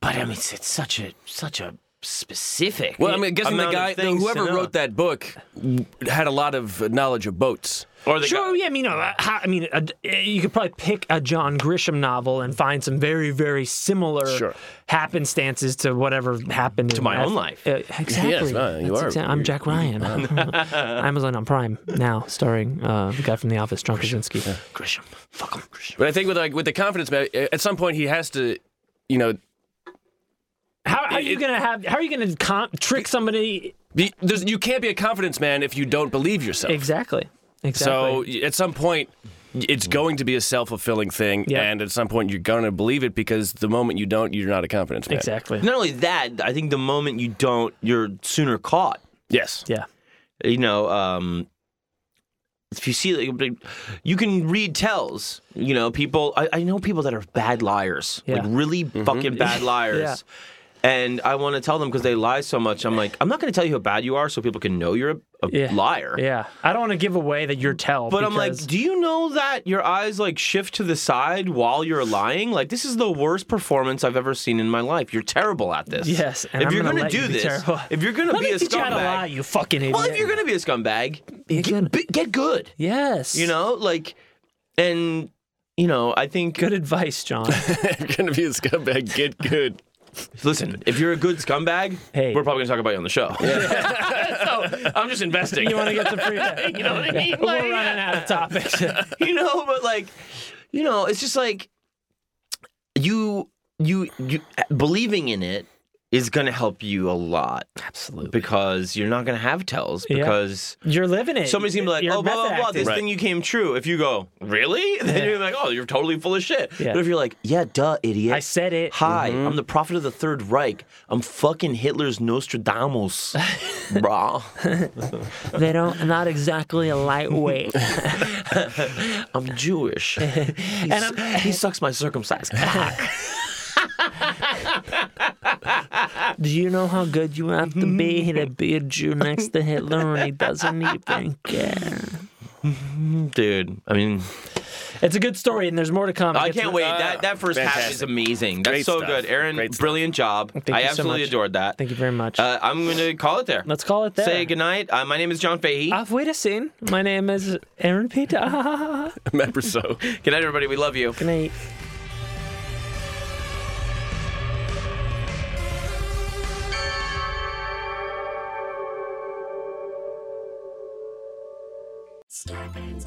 Speaker 3: But I mean, it's, it's such a such a specific.
Speaker 6: Well, I mean, I'm guessing the
Speaker 3: amount of
Speaker 6: guy,
Speaker 3: things to
Speaker 6: whoever
Speaker 3: know.
Speaker 6: wrote that book, w- had a lot of knowledge of boats.
Speaker 3: or the
Speaker 4: Sure,
Speaker 3: guy,
Speaker 4: yeah, I mean, uh, how, I mean, uh, you could probably pick a John Grisham novel and find some very, very similar
Speaker 6: Sure.
Speaker 4: happenstances to whatever happened to
Speaker 3: my own life.
Speaker 4: Uh, exactly.
Speaker 6: no, you
Speaker 4: That's
Speaker 6: are-
Speaker 4: exact- I'm Jack Ryan. Amazon on Prime now, starring uh, the guy from The Office, John Krasinski.
Speaker 3: Grisham, fuck him, Grisham.
Speaker 6: But I think with like with the confidence, man, at some point he has to, you know,
Speaker 4: How, how are you
Speaker 6: It-
Speaker 4: gonna have? How are you gonna con- trick somebody?
Speaker 6: be, there's, you can't be a confidence man if you don't believe yourself.
Speaker 4: Exactly. Exactly.
Speaker 6: So y- at some point, it's going to be a self fulfilling thing,
Speaker 4: Yeah.
Speaker 6: and at some point you're going to believe it because the moment you don't, you're not a confidence man.
Speaker 4: Exactly.
Speaker 3: Not only that, I think the moment you don't, you're sooner caught.
Speaker 6: Yes.
Speaker 4: Yeah.
Speaker 3: you know, um, if you see, like, big- you can read tells. You know, people. I, I know people that are bad liars, like
Speaker 4: Yeah.
Speaker 3: really
Speaker 6: Mm-hmm.
Speaker 3: fucking bad liars. And I want to tell them because they lie so much. I'm like, I'm not going to tell you how bad you are, so people can know you're a, a
Speaker 4: Yeah.
Speaker 3: liar.
Speaker 4: Yeah. I don't want to give away that you're tell.
Speaker 3: But I'm like,
Speaker 4: because-
Speaker 3: do you know that your eyes like shift to the side while you're lying? Like, this is the worst performance I've ever seen in my life. You're terrible at this.
Speaker 4: yes. And
Speaker 3: if
Speaker 4: I'm
Speaker 3: you're
Speaker 4: gonna
Speaker 3: gonna
Speaker 4: let
Speaker 3: do
Speaker 4: you be
Speaker 3: this,
Speaker 4: terrible.
Speaker 3: if you're gonna
Speaker 4: Let
Speaker 3: be
Speaker 4: me
Speaker 3: a
Speaker 4: teach you how to
Speaker 3: scumbag-
Speaker 4: lie, you fucking idiot.
Speaker 3: well, if you're going to be a scumbag,
Speaker 4: Be a
Speaker 3: get,
Speaker 4: good-
Speaker 3: be- get good.
Speaker 4: yes.
Speaker 3: You know, like, and you know, I think.
Speaker 4: Good advice, John.
Speaker 6: you're going to be a scumbag. Get good.
Speaker 3: Listen, if you're a good scumbag,
Speaker 4: Hey.
Speaker 3: we're probably gonna talk about you on the show. so I'm just investing.
Speaker 4: you want to get the free?
Speaker 3: You know what I mean? Like,
Speaker 4: We're running out of topics.
Speaker 3: you know, but like, you know, it's just like you, you, you believing in it is gonna help you a lot
Speaker 4: Absolutely.
Speaker 3: because you're not gonna have tells
Speaker 4: Yeah.
Speaker 3: because.
Speaker 4: You're living it.
Speaker 3: Somebody's gonna be like,
Speaker 4: You're
Speaker 3: oh, blah, blah,
Speaker 4: method
Speaker 3: blah,
Speaker 4: acting.
Speaker 3: this thing you came true. If you go, really? Then
Speaker 4: Yeah.
Speaker 3: you're like, oh, you're totally full of shit.
Speaker 4: Yeah.
Speaker 3: But if you're like, yeah, duh, idiot.
Speaker 4: I said it. Mm-hmm.
Speaker 3: Hi, I'm the prophet of the Third Reich. I'm fucking Hitler's Nostradamus, brah.
Speaker 4: They don't. Not exactly a lightweight.
Speaker 3: I'm Jewish. and he sucks my circumcised cock.
Speaker 4: Do you know how good you have to be
Speaker 1: Mm-hmm.
Speaker 4: to be a Jew next to Hitler and he doesn't even care?
Speaker 3: Dude, I mean,
Speaker 4: It's a good story, and there's more to come. It
Speaker 3: I
Speaker 4: gets-
Speaker 3: can't wait. That that first half is
Speaker 6: uh, fantastic.
Speaker 3: amazing. That's
Speaker 6: Great
Speaker 3: so
Speaker 6: stuff.
Speaker 3: good, Aaron.
Speaker 6: Great stuff.
Speaker 3: Brilliant job.
Speaker 4: you
Speaker 3: I
Speaker 4: so
Speaker 3: absolutely
Speaker 4: much.
Speaker 3: adored that.
Speaker 4: Thank you very much.
Speaker 3: Uh, I'm gonna call it there.
Speaker 4: Let's call it there. Ah.
Speaker 3: Say goodnight. Uh, my name is John Fahey.
Speaker 4: Auf Wiedersehen. My name is Aaron Peter.
Speaker 6: Remember so.
Speaker 3: Good night, everybody. We love you.
Speaker 4: Good night.
Speaker 7: Starbane's